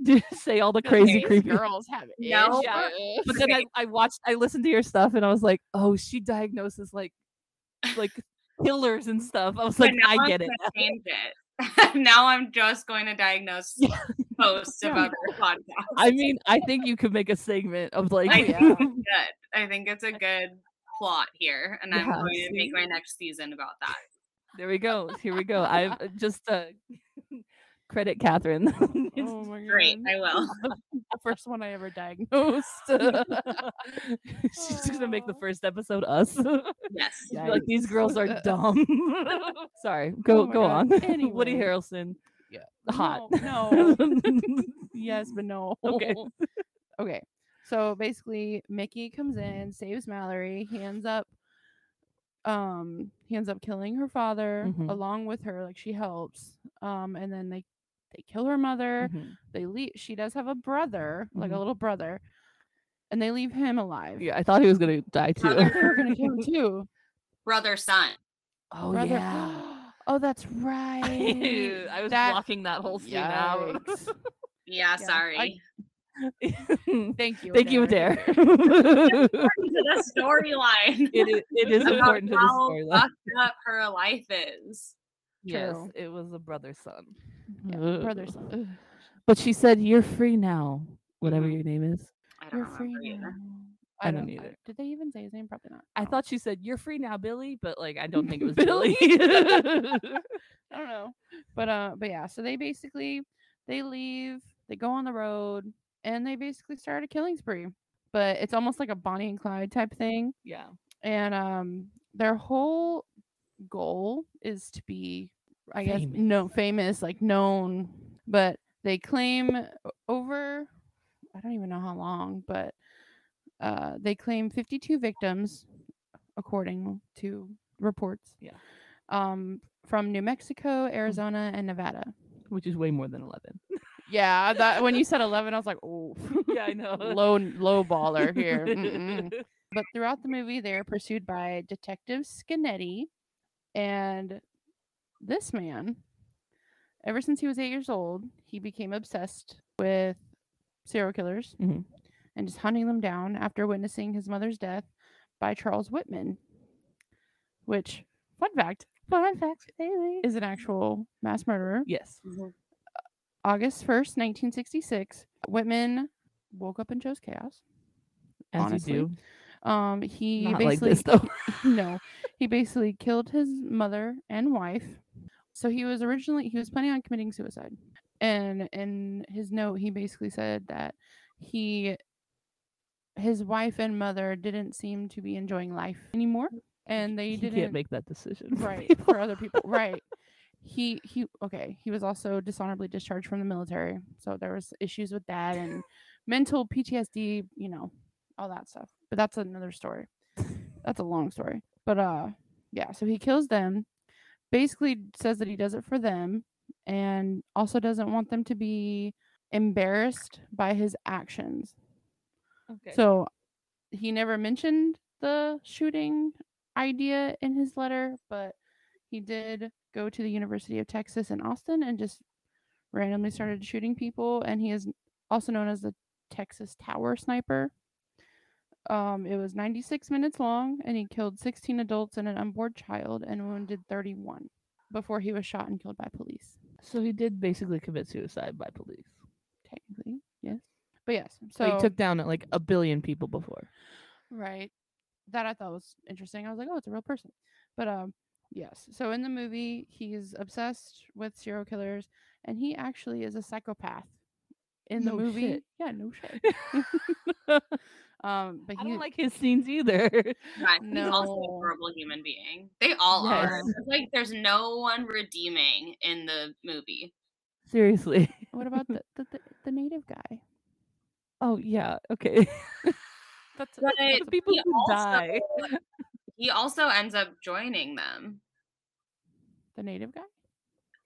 Speaker 3: do, say all the crazy
Speaker 5: These
Speaker 3: creepy
Speaker 4: girls have
Speaker 5: No.
Speaker 4: issues.
Speaker 3: but then I, I watched I listened to your stuff and I was like, oh, she diagnoses like like killers and stuff. I was
Speaker 5: But
Speaker 3: like,
Speaker 5: now
Speaker 3: I
Speaker 5: I'm
Speaker 3: get it.
Speaker 5: gonna Change it. now I'm just going to diagnose
Speaker 3: Yeah.
Speaker 5: posts
Speaker 4: Yeah.
Speaker 5: about their podcast.
Speaker 3: I mean, I think you could make a segment of like
Speaker 5: I think it's good. I think it's a good plot here, and I'm
Speaker 3: Yeah,
Speaker 5: going to
Speaker 3: see?
Speaker 5: make my next season about that.
Speaker 3: there we go. Here we go. I have just uh credit Catherine.
Speaker 4: Oh my god.
Speaker 5: Great, I will.
Speaker 4: The first one I ever diagnosed.
Speaker 3: uh, She's just gonna make the
Speaker 4: Aw.
Speaker 3: first episode us.
Speaker 5: Yes.
Speaker 3: Be like these girls are
Speaker 4: Yikes.
Speaker 3: dumb. Sorry, go
Speaker 4: Oh my
Speaker 3: go
Speaker 4: God.
Speaker 3: on. Woody
Speaker 4: Anyway.
Speaker 3: Harrelson,
Speaker 4: Yeah.
Speaker 3: hot.
Speaker 4: No. no. yes, but no.
Speaker 3: Okay.
Speaker 4: okay. So basically, Mickey comes in, saves Mallory. He ends up, um, he ends up killing her father
Speaker 3: Mhm.
Speaker 4: along with her. Like she helps, um, and then they they kill her mother.
Speaker 3: Mhm.
Speaker 4: They leave. She does have a brother, like a
Speaker 3: Mhm.
Speaker 4: little brother, and they leave him alive.
Speaker 3: Yeah, I thought he was gonna die too.
Speaker 5: Brother-
Speaker 4: They're gonna kill him too.
Speaker 5: Brother son.
Speaker 3: Oh
Speaker 4: brother.
Speaker 3: yeah.
Speaker 4: Oh, that's right.
Speaker 3: I was
Speaker 4: That-
Speaker 3: blocking that whole scene out.
Speaker 4: Yikes.
Speaker 5: Yeah,
Speaker 4: Yeah, I-
Speaker 5: sorry.
Speaker 4: Thank you.
Speaker 3: Thank you,
Speaker 4: Adair.
Speaker 3: Adair. it,
Speaker 5: According to the storyline.
Speaker 3: is, it is
Speaker 5: about
Speaker 3: important to the
Speaker 5: how
Speaker 3: storyline.
Speaker 5: fucked up her life is.
Speaker 3: Yes,
Speaker 4: True.
Speaker 3: it was a brother son.
Speaker 4: Yeah, brother's
Speaker 3: Ugh.
Speaker 4: son.
Speaker 3: But she said, "You're free now, whatever
Speaker 5: Mhm.
Speaker 3: your name is."
Speaker 5: I don't
Speaker 4: You're free
Speaker 5: remember
Speaker 4: now.
Speaker 5: either.
Speaker 3: I don't either.
Speaker 4: Did they even say his name? Probably not.
Speaker 3: I
Speaker 4: No.
Speaker 3: thought she said, "You're free now, Billy," but like I don't think it was Billy.
Speaker 4: Billy? I don't know. But uh but yeah, so they basically they leave, they go on the road, and they basically start a killing spree. But it's almost like a Bonnie and Clyde type thing.
Speaker 3: yeah,
Speaker 4: And um their whole goal is to be I guess
Speaker 3: Famous.
Speaker 4: no famous, like known, but they claim o- over I don't even know how long, but uh they claim 52 victims according to reports.
Speaker 3: Yeah.
Speaker 4: Um from New Mexico, Arizona, and Nevada.
Speaker 3: which is way more than eleven.
Speaker 4: Yeah, that when you said 11 I was like, "Oh,
Speaker 3: yeah, I know.
Speaker 4: low low baller here." Mm-mm. But throughout the movie they are pursued by Detective Scanetti and this man ever since he was 8 years old, he became obsessed with serial killers
Speaker 3: Mhm.
Speaker 4: and just hunting them down after witnessing his mother's death by Charles Whitman. Which, fun fact,
Speaker 3: Fun facts daily.
Speaker 4: is an actual mass murderer.
Speaker 3: Yes.
Speaker 4: August 1st, 1966, Whitman woke up and chose chaos.
Speaker 3: As
Speaker 4: Honestly,
Speaker 3: you
Speaker 4: Um, he
Speaker 3: do. Not like
Speaker 4: basically
Speaker 3: this though.
Speaker 4: no, he basically killed his mother and wife. So he was originally he was planning on committing suicide, and in his note he basically said that he, his wife and mother didn't seem to be enjoying life anymore, and they
Speaker 3: you
Speaker 4: didn't
Speaker 3: can't make that decision. for
Speaker 4: right
Speaker 3: people.
Speaker 4: for other people right he he okay he was also dishonorably discharged from the military so there was issues with that and mental ptsd you know all that stuff but that's another story that's a long story but uh yeah so he kills them basically says that he does it for them and also doesn't want them to be embarrassed by his actions
Speaker 3: Okay.
Speaker 4: so he never mentioned the shooting idea in his letter, but he did go to the University of Texas in Austin and just randomly started shooting people. And he is also known as the Texas Tower Sniper. Um, it was 96 minutes long, and he killed 16 adults and an unborn child and wounded 31 before he was shot and killed by police.
Speaker 3: So he did basically commit suicide by police.
Speaker 4: Technically, yes. But yes, so
Speaker 3: So he took down like a billion people before.
Speaker 4: Right. That I thought was interesting. I was like, oh, it's a real person. But um yes. So in the movie, he's obsessed with serial killers and he actually is a psychopath. In the
Speaker 3: No
Speaker 4: movie.
Speaker 3: shit.
Speaker 4: Yeah, no shit.
Speaker 3: I
Speaker 4: um but he
Speaker 3: don't like his scenes either.
Speaker 5: Yeah, he's also a
Speaker 4: No.
Speaker 5: horrible human being. They all are.
Speaker 3: Yes.
Speaker 5: It's like there's no one redeeming in the movie.
Speaker 3: Seriously.
Speaker 4: what about the, the, the, the native guy?
Speaker 3: Oh yeah. Okay.
Speaker 4: That's
Speaker 5: But
Speaker 3: The people
Speaker 5: he
Speaker 3: who
Speaker 5: also-
Speaker 3: die.
Speaker 5: He also ends up joining them.
Speaker 4: the native guy?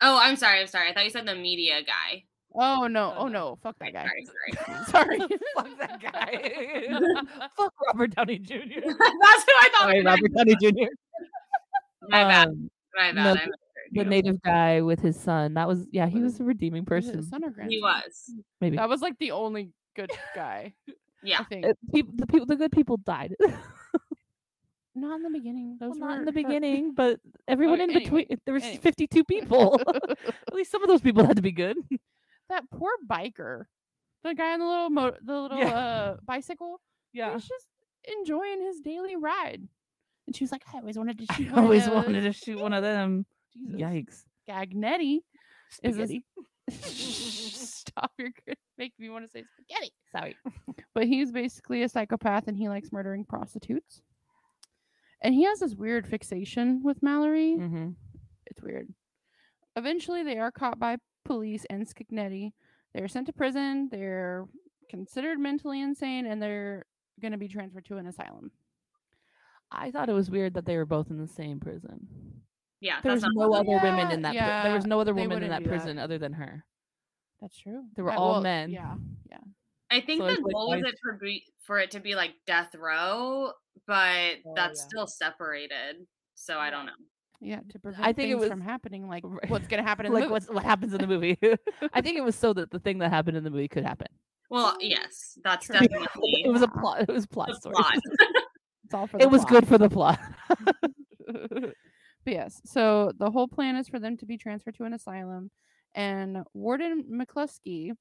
Speaker 5: Oh, I'm sorry. I'm sorry. I thought you said the media guy.
Speaker 4: Oh no,
Speaker 3: Oh,
Speaker 4: oh
Speaker 3: no.
Speaker 4: no, fuck that
Speaker 5: Right,
Speaker 4: guy.
Speaker 5: Sorry, sorry.
Speaker 4: Sorry.
Speaker 3: Fuck that guy. Fuck Robert Downey Jr.
Speaker 5: That's who I thought.
Speaker 3: Sorry,
Speaker 5: you meant.
Speaker 3: Robert Downey Jr.
Speaker 5: My bad.
Speaker 3: Um,
Speaker 5: My bad.
Speaker 3: no,
Speaker 5: I misheard
Speaker 3: the
Speaker 5: you.
Speaker 3: native guy with his son. That was yeah. He
Speaker 4: Was
Speaker 3: was a redeeming
Speaker 4: Was it
Speaker 3: person.
Speaker 4: son or grandson?
Speaker 5: He was.
Speaker 3: Maybe
Speaker 4: That was like the only good guy. I
Speaker 5: Yeah.
Speaker 4: think.
Speaker 3: Uh, peop- the people, the good people died.
Speaker 4: not in the beginning. Those
Speaker 3: Well, not in
Speaker 4: were
Speaker 3: the
Speaker 4: her-
Speaker 3: beginning, but everyone in
Speaker 4: anyway,
Speaker 3: between. There was
Speaker 4: anyway.
Speaker 3: 52 people. At least some of those people had to be good.
Speaker 4: that poor biker, the guy on the little mo- the little
Speaker 3: Yeah.
Speaker 4: uh, bicycle, he
Speaker 3: Yeah.
Speaker 4: was just enjoying his daily ride. And she was like, "I always wanted to shoot."
Speaker 3: I
Speaker 4: one of
Speaker 3: always
Speaker 4: those."
Speaker 3: wanted to shoot one of them.
Speaker 4: Jesus.
Speaker 3: Yikes.
Speaker 4: Gagnetti is this-
Speaker 3: Spaghetti.
Speaker 4: Stop! You're gonna make me want to say spaghetti.
Speaker 3: Sorry.
Speaker 4: But he's basically a psychopath, and he likes murdering prostitutes. And he has this weird fixation with Mallory.
Speaker 3: Mm-hmm.
Speaker 4: It's weird. Eventually, they are caught by police and Skignetti. They're sent to prison. They're considered mentally insane, and they're going to be transferred to an asylum.
Speaker 3: I thought it was weird that they were both in the same prison.
Speaker 5: Yeah.
Speaker 3: There
Speaker 5: that's
Speaker 3: was
Speaker 5: not
Speaker 3: no other women
Speaker 4: Yeah,
Speaker 3: in that. pri- there was
Speaker 4: yeah,
Speaker 3: no other
Speaker 4: they
Speaker 3: woman in
Speaker 4: wouldn't
Speaker 3: that
Speaker 4: do that.
Speaker 3: prison other than her.
Speaker 4: That's true.
Speaker 3: They were
Speaker 4: Uh,
Speaker 3: all
Speaker 4: well,
Speaker 3: men.
Speaker 4: Yeah,
Speaker 5: I think
Speaker 3: So
Speaker 5: the
Speaker 3: it's like
Speaker 5: goal was
Speaker 3: life-
Speaker 5: it for, be, for it to be like death row, but
Speaker 3: Oh,
Speaker 5: that's
Speaker 3: yeah.
Speaker 5: still separated. So I don't know.
Speaker 4: yeah. To prevent
Speaker 3: think it
Speaker 4: things from
Speaker 3: was-
Speaker 4: happening, like
Speaker 3: Right.
Speaker 4: what's going to happen in the
Speaker 3: Like
Speaker 4: movie.
Speaker 3: what's, what happens in the movie. I think it was so that the thing that happened in the movie could happen.
Speaker 5: Well, yes, that's
Speaker 4: True.
Speaker 5: definitely
Speaker 3: It was a
Speaker 4: Yeah.
Speaker 3: plot. It was plot
Speaker 5: the
Speaker 3: story.
Speaker 5: plot.
Speaker 4: It's all for the
Speaker 3: It was
Speaker 4: plot.
Speaker 3: good for the plot.
Speaker 4: But yes, so the whole plan is for them to be transferred to an asylum, and Warden McCluskey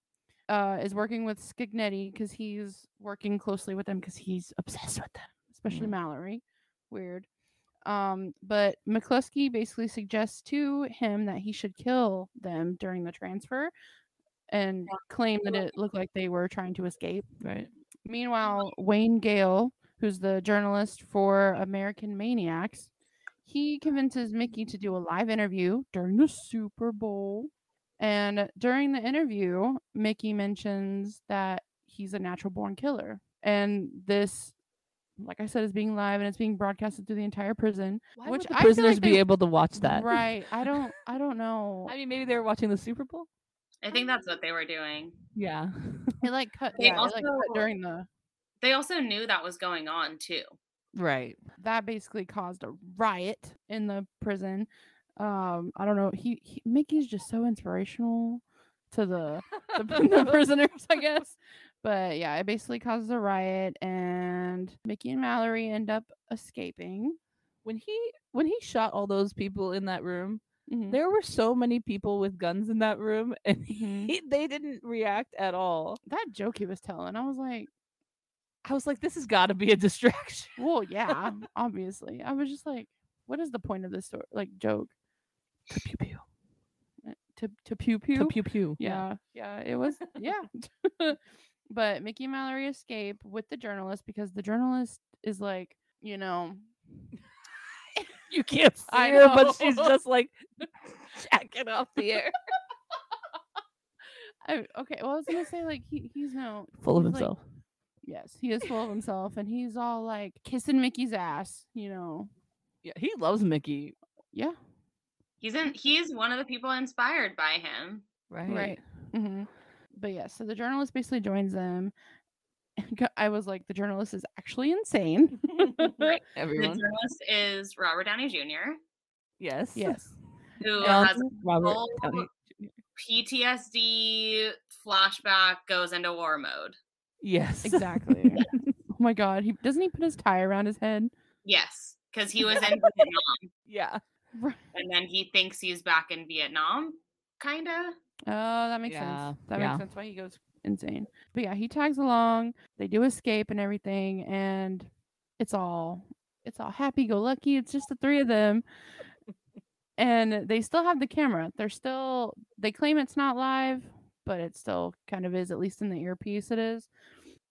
Speaker 4: uh, is working with Skignetti because he's working closely with them because he's obsessed with them, especially
Speaker 3: Mm.
Speaker 4: Mallory. Weird. Um, but McCluskey basically suggests to him that he should kill them during the transfer and claim that it looked like they were trying to escape.
Speaker 3: right.
Speaker 4: Meanwhile, Wayne Gale, who's the journalist for American Maniacs, he convinces Mickey to do a live interview during the Super Bowl. And during the interview, Mickey mentions that he's a natural born killer. And this, like I said, is being live and it's being broadcasted through the entire prison.
Speaker 3: Why
Speaker 4: Which
Speaker 3: would the
Speaker 4: I feel like
Speaker 3: prisoners be
Speaker 4: they-
Speaker 3: able to watch that?
Speaker 4: Right. I don't I don't know.
Speaker 3: I mean, maybe they were watching the Super Bowl.
Speaker 5: I think that's what they were doing.
Speaker 3: Yeah.
Speaker 4: it like cut,
Speaker 5: They
Speaker 4: yeah, it, like cut
Speaker 5: also-
Speaker 4: during the
Speaker 5: They also knew that was going on too.
Speaker 3: Right.
Speaker 4: that basically caused a riot in the prison. Um, I don't know. He, he Mickey's just so inspirational to the the, the prisoners, I guess. But yeah, it basically causes a riot, and Mickey and Mallory end up escaping.
Speaker 3: when he when he shot all those people in that room,
Speaker 4: Mhm.
Speaker 3: there were so many people with guns in that room, and
Speaker 4: Mhm.
Speaker 3: he, they didn't react at all.
Speaker 4: That joke he was telling, I was like,
Speaker 3: I was like, this has got to be a distraction.
Speaker 4: well, yeah, obviously. I was just like, what is the point of this story? Like joke Eh,
Speaker 3: To pew pew.
Speaker 4: to to pew pew.
Speaker 3: To pew pew.
Speaker 4: Yeah, yeah, it was yeah. but Mickey and Mallory escape with the journalist because the journalist is like, you know,
Speaker 3: You can't see
Speaker 4: I
Speaker 3: her, but
Speaker 4: know.
Speaker 3: she's just like jacking off the air.
Speaker 4: I, okay. Well, I was gonna say like he he's no
Speaker 3: Full of
Speaker 4: he's, like,
Speaker 3: himself.
Speaker 4: yes, he is full of himself, and he's all like kissing Mickey's ass. You know,
Speaker 3: yeah, he loves Mickey.
Speaker 4: yeah,
Speaker 5: He's in he's one of the people inspired by him.
Speaker 3: Right.
Speaker 4: hmm But yeah, so the journalist basically joins them. I was like, the journalist is actually insane.
Speaker 5: Right. The
Speaker 3: Everyone.
Speaker 5: journalist is Robert Downey Jr.,
Speaker 3: Yes.
Speaker 4: yes.
Speaker 5: who
Speaker 3: John
Speaker 5: has
Speaker 3: Robert
Speaker 5: full
Speaker 3: Downey.
Speaker 5: PTSD flashback, goes into war mode.
Speaker 3: Yes.
Speaker 4: Exactly. oh my god, he doesn't he put his tie around his head?
Speaker 5: Yes, because he was in Vietnam,
Speaker 3: Yeah.
Speaker 4: Right.
Speaker 5: and then he thinks he's back in Vietnam, kinda.
Speaker 4: Oh, that makes
Speaker 3: Yeah,
Speaker 4: sense. That
Speaker 3: yeah.
Speaker 4: makes sense why he goes insane. But yeah, he tags along. They do escape and everything, and it's all it's all happy go lucky. It's just the three of them. And they still have the camera. They're still they claim it's not live, but it still kind of is, at least in the earpiece it is.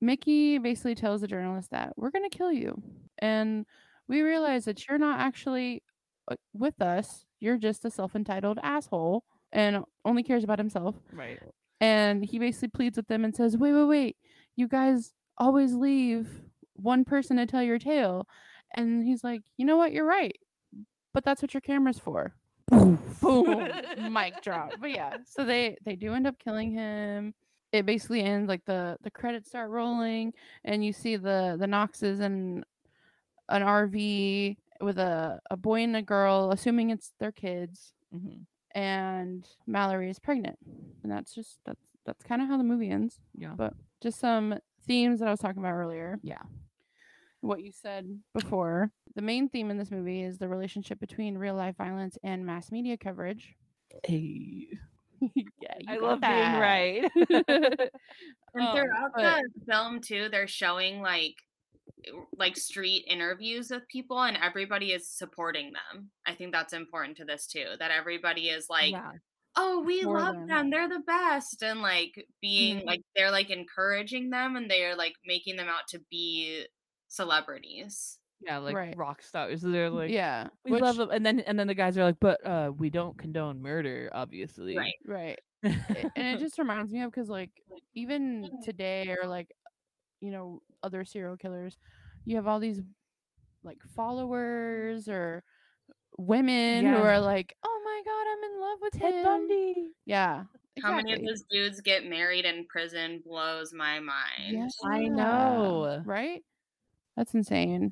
Speaker 4: Mickey basically tells the journalist that we're gonna kill you. And we realize that you're not actually uh, with us. You're just a self entitled asshole and only cares about himself.
Speaker 3: Right.
Speaker 4: And he basically pleads with them and says, Wait, wait, wait. You guys always leave one person to tell your tale. And he's like, You know what? You're right. But that's what your camera's for. Boom, boom, mic drop. But yeah, so they they do end up killing him. It basically ends like the the credits start rolling, and you see the the Knoxes and an RV with a a boy and a girl, assuming it's their kids
Speaker 3: Mhm.
Speaker 4: and Mallory is pregnant. And that's just that's that's kind of how the movie ends.
Speaker 3: Yeah.
Speaker 4: But just some themes that I was talking about earlier.
Speaker 3: Yeah.
Speaker 4: What you said before. The main theme in this movie is the relationship between real life violence and mass media coverage.
Speaker 3: Hey.
Speaker 4: yeah, you
Speaker 3: I
Speaker 4: got
Speaker 3: love
Speaker 4: that.
Speaker 3: being right.
Speaker 5: And
Speaker 3: Oh,
Speaker 4: Um,
Speaker 5: throughout
Speaker 4: but-
Speaker 5: the film too, they're showing like w- like street interviews with people and everybody is supporting them. I think that's important to this too. That everybody is like,
Speaker 3: yeah.
Speaker 5: oh, we
Speaker 4: for
Speaker 5: love
Speaker 4: them.
Speaker 5: them. They're the best. And like being
Speaker 4: Mhm.
Speaker 5: like they're like encouraging them and they are like making them out to be celebrities.
Speaker 3: Yeah, like
Speaker 4: Right.
Speaker 3: rock stars. They're like,
Speaker 4: yeah.
Speaker 3: we love them. And then and then the guys are like, but uh, we don't condone murder, obviously.
Speaker 5: Right.
Speaker 4: Right. it- and it just reminds me of because like even today or like you know other serial killers you have all these like followers or women who
Speaker 3: Yeah.
Speaker 4: are like oh my god i'm in love with
Speaker 3: Ted
Speaker 4: him
Speaker 3: Bundy.
Speaker 4: yeah
Speaker 5: How many of
Speaker 4: exactly.
Speaker 5: those dudes get married in prison blows my mind.
Speaker 3: I
Speaker 4: Yeah,
Speaker 3: know.
Speaker 4: right that's insane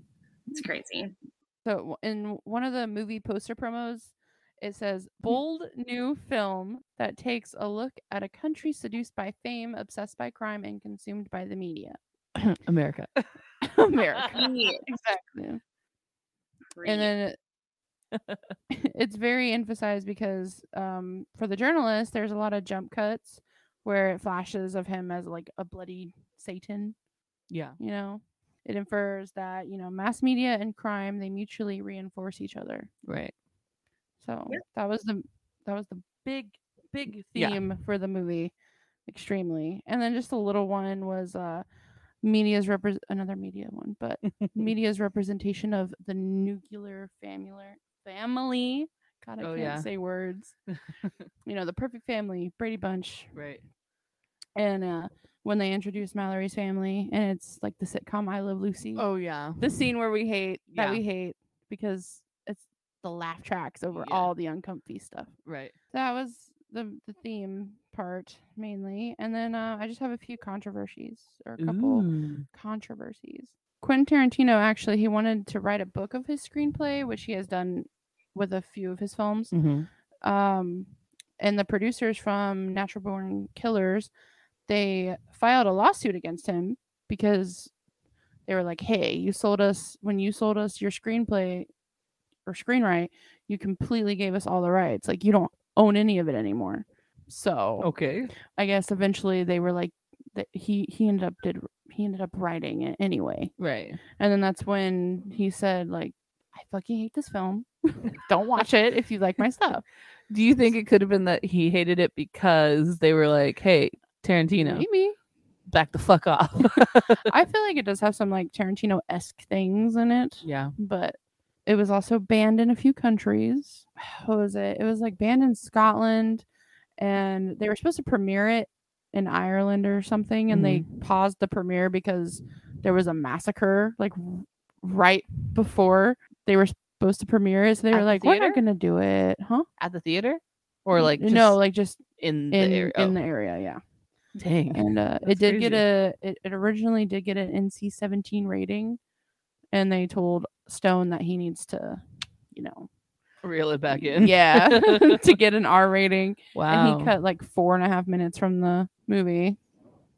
Speaker 5: It's crazy.
Speaker 4: so w- in one of the movie poster promos it says bold new film that takes a look at a country seduced by fame obsessed by crime and consumed by the media
Speaker 3: America.
Speaker 4: america
Speaker 5: Ye-
Speaker 4: exactly
Speaker 5: free.
Speaker 4: and then it- it's very emphasized because um, for the journalist there's a lot of jump cuts where it flashes of him as like a bloody satan
Speaker 3: Yeah.
Speaker 4: you know it infers that you know mass media and crime they mutually reinforce each other
Speaker 3: Right.
Speaker 4: so
Speaker 5: Yeah.
Speaker 4: that was the that was the big big
Speaker 3: Yeah.
Speaker 4: theme for the movie extremely and then just a little one was uh media's repres another media one but
Speaker 3: Mm.
Speaker 4: media's representation of the nuclear family family god i
Speaker 3: Oh,
Speaker 4: can't
Speaker 3: yeah.
Speaker 4: say words you know the perfect family brady bunch
Speaker 3: Right.
Speaker 4: and uh when they introduce mallory's family and it's like the sitcom i love lucy
Speaker 3: Oh yeah.
Speaker 4: the scene where we hate that
Speaker 3: Yeah.
Speaker 4: we hate because it's the laugh tracks over
Speaker 3: Yeah.
Speaker 4: all the uncomfy stuff
Speaker 3: Right.
Speaker 4: that was the the theme part mainly and then uh, i just have a few controversies or a couple controversies quentin tarantino actually he wanted to write a book of his screenplay which he has done with a few of his films
Speaker 3: Mm-hmm.
Speaker 4: um, and the producers from natural born killers they filed a lawsuit against him because they were like hey you sold us when you sold us your screenplay or screenwrite, you completely gave us all the rights. Like you don't own any of it anymore. So
Speaker 3: Okay.
Speaker 4: I guess eventually they were like, th- he he ended up did he ended up writing it anyway,
Speaker 3: Right.
Speaker 4: and then that's when he said like, I fucking hate this film. don't watch it if you like my stuff.
Speaker 3: Do you think it could have been that he hated it because they were like, "Hey, Tarantino,
Speaker 4: Maybe
Speaker 3: back the fuck off."
Speaker 4: I feel like it does have some like Tarantino esque things in it.
Speaker 3: yeah.
Speaker 4: but it was also banned in a few countries. What was it? It was like banned in Scotland, and they were supposed to premiere it in Ireland or something, and
Speaker 3: Mm-hmm.
Speaker 4: they paused the premiere because there was a massacre like w- right before they were supposed to premiere it. So they
Speaker 3: At
Speaker 4: were
Speaker 3: the
Speaker 4: like, "We're
Speaker 3: theater?
Speaker 4: not gonna do it, huh?"
Speaker 3: At the theater, or like just
Speaker 4: no, like just
Speaker 3: in the
Speaker 4: in
Speaker 3: area.
Speaker 4: in
Speaker 3: Oh,
Speaker 4: the area, yeah.
Speaker 3: dang.
Speaker 4: And uh,
Speaker 3: That's
Speaker 4: it did get
Speaker 3: crazy.
Speaker 4: a it, it originally did get an NC seventeen rating, and they told Stone that he needs to, you know,
Speaker 3: Reel it back in.
Speaker 4: Yeah, to get an R rating.
Speaker 3: Wow.
Speaker 4: And he cut like four and a half minutes from the movie.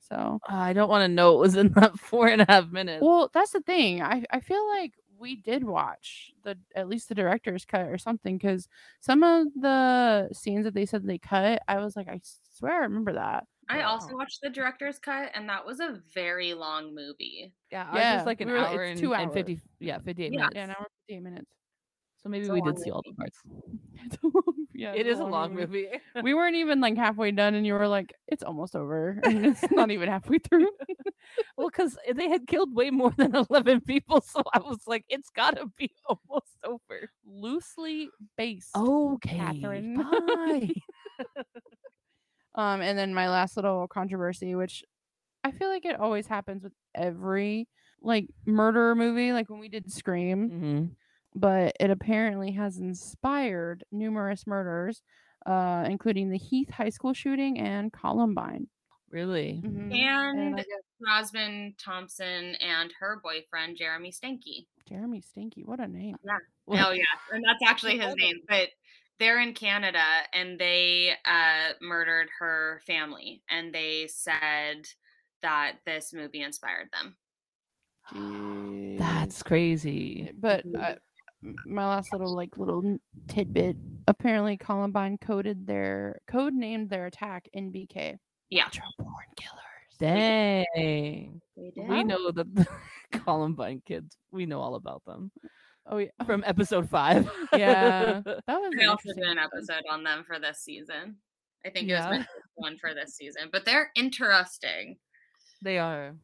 Speaker 4: So,
Speaker 3: oh, I don't want to know what was in that four and a half minutes.
Speaker 4: well, that's the thing. I, I feel like we did watch the at least the director's cut or something because some of the scenes that they said they cut, I was like, I swear I remember that.
Speaker 5: I also
Speaker 4: Wow.
Speaker 5: watched the director's cut, and that was a very long movie.
Speaker 3: yeah,
Speaker 4: ours yeah, was like we an were like, hour it's two and- and 50
Speaker 3: fifty. Yeah, fifty-eight
Speaker 5: Yeah.
Speaker 3: minutes.
Speaker 4: Yeah, an hour and 58 minutes.
Speaker 3: So maybe
Speaker 5: It's a
Speaker 3: we did
Speaker 5: long
Speaker 3: see all the parts.
Speaker 4: It's a long- yeah,
Speaker 3: it is a long movie.
Speaker 4: we weren't even like halfway done, and you were like, "It's almost over," and it's not even halfway through.
Speaker 3: well, because they had killed way more than eleven people, so I was like, it's gotta be almost over.
Speaker 4: Loosely based.
Speaker 3: Okay,
Speaker 4: Catherine.
Speaker 3: fine.
Speaker 4: Um, and then my last little controversy, which I feel like it always happens with every like murder movie, like when we did
Speaker 5: Mm.
Speaker 4: Scream,
Speaker 3: Mhm.
Speaker 4: but it apparently has inspired numerous murders, uh, including the Heath High School shooting and Columbine.
Speaker 3: Really?
Speaker 4: Mhm.
Speaker 5: Mm-hmm. And
Speaker 4: I guess
Speaker 5: Rosman Thompson and her boyfriend Jeremy Stanky.
Speaker 4: Jeremy Stinky, what a name!
Speaker 5: Oh yeah, and that's actually his name. But they're in Canada, and they uh, murdered her family, and they said that this movie inspired them.
Speaker 3: That's crazy.
Speaker 4: But uh, m- my last little like little n- tidbit. Apparently, Columbine coded their code named their attack NBK.
Speaker 5: Yeah.
Speaker 4: Natural born killers.
Speaker 3: Dang.
Speaker 5: They
Speaker 3: We know that the Columbine kids. We know all about them
Speaker 4: Oh yeah.
Speaker 3: from episode five.
Speaker 4: Yeah. That was
Speaker 5: I
Speaker 4: an
Speaker 5: also did
Speaker 4: interesting
Speaker 5: an episode on them for this season. I think it was
Speaker 3: Yeah.
Speaker 5: my first one for this season, but they're interesting.
Speaker 3: they are.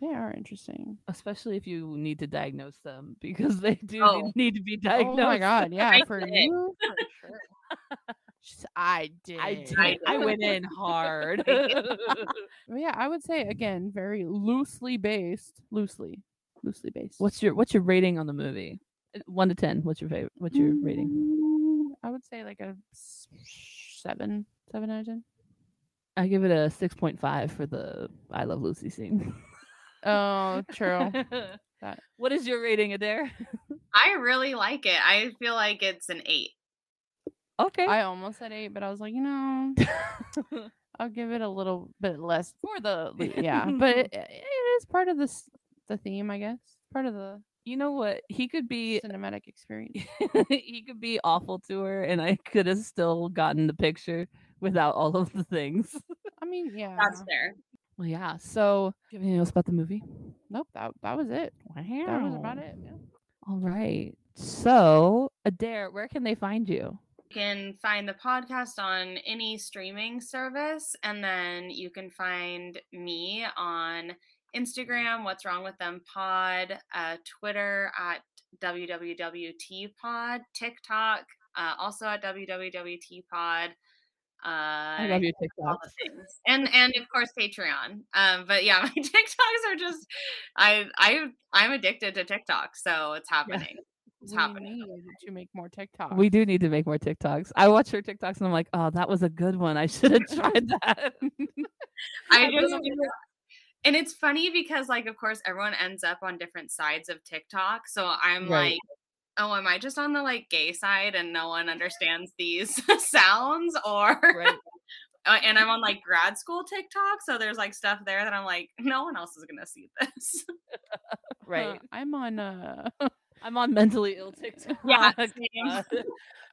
Speaker 4: They are interesting.
Speaker 3: especially if you need to diagnose them because they do
Speaker 5: Oh.
Speaker 3: need- need to be diagnosed.
Speaker 4: Oh my god, yeah,
Speaker 5: I
Speaker 4: for
Speaker 5: did.
Speaker 4: you, for sure. She's- I did.
Speaker 3: I
Speaker 5: I
Speaker 3: did. I went in hard.
Speaker 4: But yeah, I would say again, very loosely based, loosely, loosely based.
Speaker 3: what's your What's your rating on the movie? Uh, One to ten. What's your favorite? What's your rating?
Speaker 4: Mm, I would say like a s- seven, seven out of ten.
Speaker 3: I give it a six point five for the I Love Lucy scene.
Speaker 4: Oh, true. That-
Speaker 3: What is your rating, Adair?
Speaker 5: I really like it. I feel like it's an eight.
Speaker 3: Okay.
Speaker 4: I almost said eight, but I was like, you know, I'll give it a little bit less for the le- yeah, but it, it is part of this the theme, I guess, part of the
Speaker 3: you know what? He could be
Speaker 4: cinematic experience.
Speaker 3: he could be awful to her, and I could have still gotten the picture without all of the things.
Speaker 4: I mean, yeah.
Speaker 5: That's fair.
Speaker 3: Well, yeah. So, do you have anything else about the movie?
Speaker 4: Nope, that that was it.
Speaker 3: Wow.
Speaker 4: That was
Speaker 3: Oh.
Speaker 4: about it. yeah.
Speaker 3: All right. So, Adair, where can they find you?
Speaker 5: You can find the podcast on any streaming service, and then you can find me on Instagram, What's Wrong With Them Pod, uh, Twitter at WWWT Pod, TikTok, uh, also at WWWT Pod. Uh,
Speaker 3: I love your
Speaker 5: all
Speaker 3: TikTok.
Speaker 5: the things. And and of course Patreon. Um, but yeah, my TikToks are just I I I'm addicted to TikTok, so it's happening. It's
Speaker 4: We
Speaker 5: happening.
Speaker 4: need to make more TikTok.
Speaker 3: We do need to make more TikToks. I watch her TikToks and I'm like, oh, that was a good one. I should have tried that.
Speaker 5: I
Speaker 3: I
Speaker 5: just
Speaker 3: love
Speaker 5: do that. and it's funny because like of course everyone ends up on different sides of TikTok. So I'm
Speaker 3: Right.
Speaker 5: like, oh, am I just on the like gay side and no one understands these sounds? Or
Speaker 3: right.
Speaker 5: uh, and I'm on like grad school TikTok, so there's like stuff there that I'm like, no one else is gonna see this.
Speaker 4: Huh, I'm on uh
Speaker 3: I'm on mentally ill TikTok.
Speaker 5: Yeah,
Speaker 3: uh,
Speaker 5: same.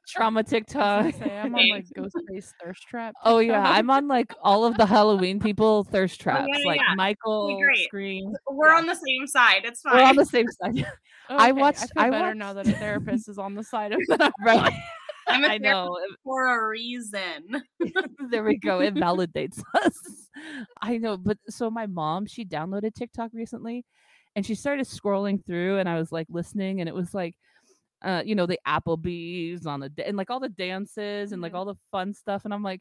Speaker 3: trauma
Speaker 4: I
Speaker 3: TikTok.
Speaker 4: was gonna say, I'm on like Ghostface thirst trap.
Speaker 3: Oh yeah,
Speaker 4: TikTok.
Speaker 3: I'm on like all of the Halloween people thirst
Speaker 5: Oh, yeah,
Speaker 3: traps. like
Speaker 5: yeah.
Speaker 3: Michael
Speaker 5: great.
Speaker 3: screams.
Speaker 5: We're
Speaker 3: Yeah.
Speaker 5: on the same side. It's fine.
Speaker 3: We're on the same side. I
Speaker 4: Okay,
Speaker 3: watched-
Speaker 4: I feel
Speaker 3: I
Speaker 4: better now that
Speaker 3: watched-
Speaker 4: a therapist is on the side of that.
Speaker 3: right.
Speaker 5: I'm a
Speaker 3: I know.
Speaker 5: for a reason.
Speaker 3: there we go. It validates us. I know. But so my mom, she downloaded TikTok recently and she started scrolling through and I was like listening and it was like uh, you know, the Applebee's on the da- and like all the dances and like
Speaker 4: Mhm.
Speaker 3: all the fun stuff. And I'm like,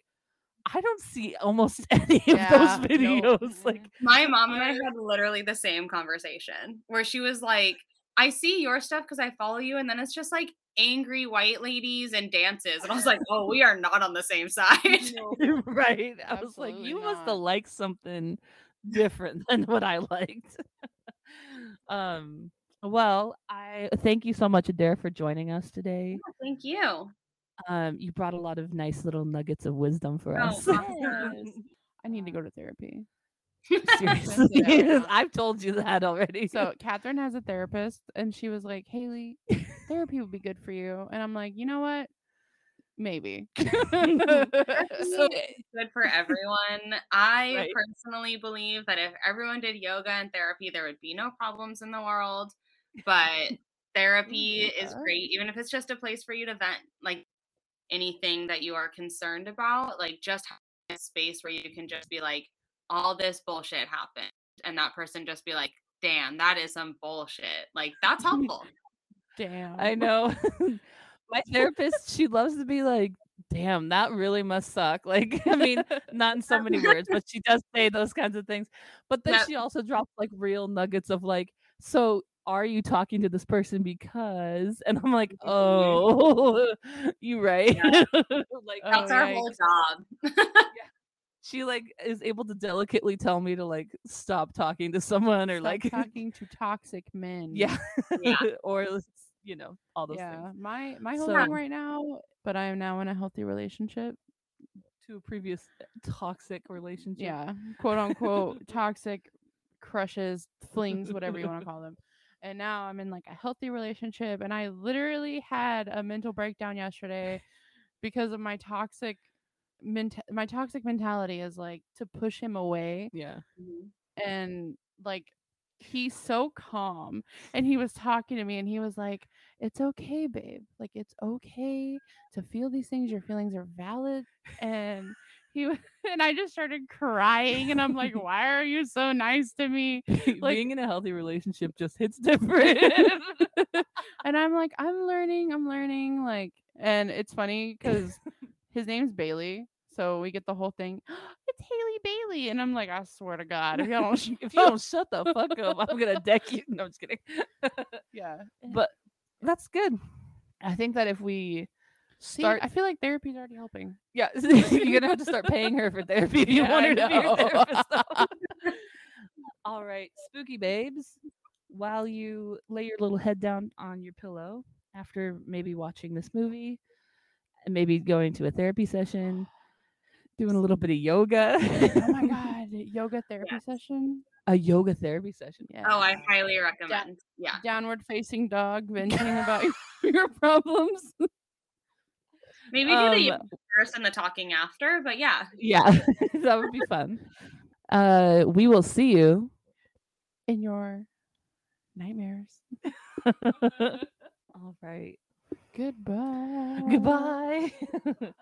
Speaker 3: I don't see almost any
Speaker 4: Yeah,
Speaker 3: of
Speaker 4: no.
Speaker 3: those videos. Like
Speaker 5: My mom and I had literally the same conversation where she was like, I see your stuff because I follow you. And then it's just like angry white ladies and dances. And I was like, oh, we are not on the same side.
Speaker 3: right. I was like,
Speaker 4: Absolutely
Speaker 3: you must have
Speaker 4: not.
Speaker 3: liked something different than what I liked. um well, I thank you so much, Adair, for joining us today.
Speaker 5: Thank you.
Speaker 3: Um, you brought a lot of nice little nuggets of wisdom for
Speaker 5: Oh,
Speaker 3: us.
Speaker 5: wow.
Speaker 4: Yes. I need to go to therapy.
Speaker 3: Seriously,
Speaker 4: That's it.
Speaker 3: I've told you that already.
Speaker 4: So Catherine has a therapist, and she was like, "Haley, therapy would be good for you." And I'm like, "You know what? Maybe."
Speaker 5: So good for everyone. I
Speaker 3: Right.
Speaker 5: personally believe that if everyone did yoga and therapy, there would be no problems in the world. But therapy is
Speaker 4: yeah.
Speaker 5: great, even if it's just a place for you to vent like anything that you are concerned about, like just having a space where you can just be like, all this bullshit happened. And that person just be like, damn, that is some bullshit. Like, that's helpful.
Speaker 4: Damn.
Speaker 3: I know. My therapist, she loves to be like, damn, that really must suck. Like, I mean, not in so many words, but she does say those kinds of things. But then
Speaker 5: Yeah.
Speaker 3: she also drops like real nuggets of like, so are you talking to this person because? And I'm like,
Speaker 4: Mm-hmm.
Speaker 3: oh, you right. like, uh,
Speaker 4: Oh,
Speaker 5: that's our whole job.
Speaker 3: she like is able to delicately tell me to like stop talking to someone or
Speaker 4: Stop
Speaker 3: like
Speaker 4: talking to toxic men.
Speaker 3: yeah,
Speaker 5: Yeah.
Speaker 3: or s- you know all those
Speaker 4: yeah.
Speaker 3: things
Speaker 4: My my whole
Speaker 3: So-
Speaker 4: thing right now, but I am now in a healthy relationship.
Speaker 3: to a previous toxic relationship
Speaker 4: yeah quote unquote toxic crushes flings whatever you want to call them and now i'm in like a healthy relationship and i literally had a mental breakdown yesterday because of my toxic menta- my toxic mentality is like to push him away Mm-hmm.
Speaker 3: yeah
Speaker 4: and like he's so calm and he was talking to me and he was like it's okay babe like it's okay to feel these things your feelings are valid and he w- and i just started crying and i'm like why are you so nice to me
Speaker 3: being in a healthy relationship just hits different
Speaker 4: and i'm like i'm learning i'm learning like and it's funny because his name's bailey so we get the whole thing "Oh, it's haley bailey and i'm like i swear to god if you don't sh-
Speaker 3: if you don't shut the fuck up i'm gonna deck you no i'm just kidding
Speaker 4: yeah
Speaker 3: but that's good i think that if we
Speaker 4: See,
Speaker 3: start
Speaker 4: I feel like therapy's already helping.
Speaker 3: Yeah, you're gonna have to start paying her for therapy if you
Speaker 4: Yeah,
Speaker 3: want
Speaker 4: I
Speaker 3: her to be your
Speaker 4: know.
Speaker 3: therapist. though. All right, spooky babes. While you lay your little head down on your pillow after maybe watching this movie and maybe going to a therapy session, doing a little bit of yoga.
Speaker 4: Oh my god, yoga therapy session.
Speaker 3: a yoga therapy session.
Speaker 4: Yeah.
Speaker 5: Oh, I highly recommend. Yeah.
Speaker 4: Downward facing dog, venting about your problems.
Speaker 5: Maybe do the
Speaker 4: uh
Speaker 3: Um,
Speaker 5: first and the talking after, but yeah.
Speaker 3: yeah, that would be fun. Uh, we will see you.
Speaker 4: In your nightmares.
Speaker 3: All right.
Speaker 4: Goodbye.
Speaker 3: Goodbye.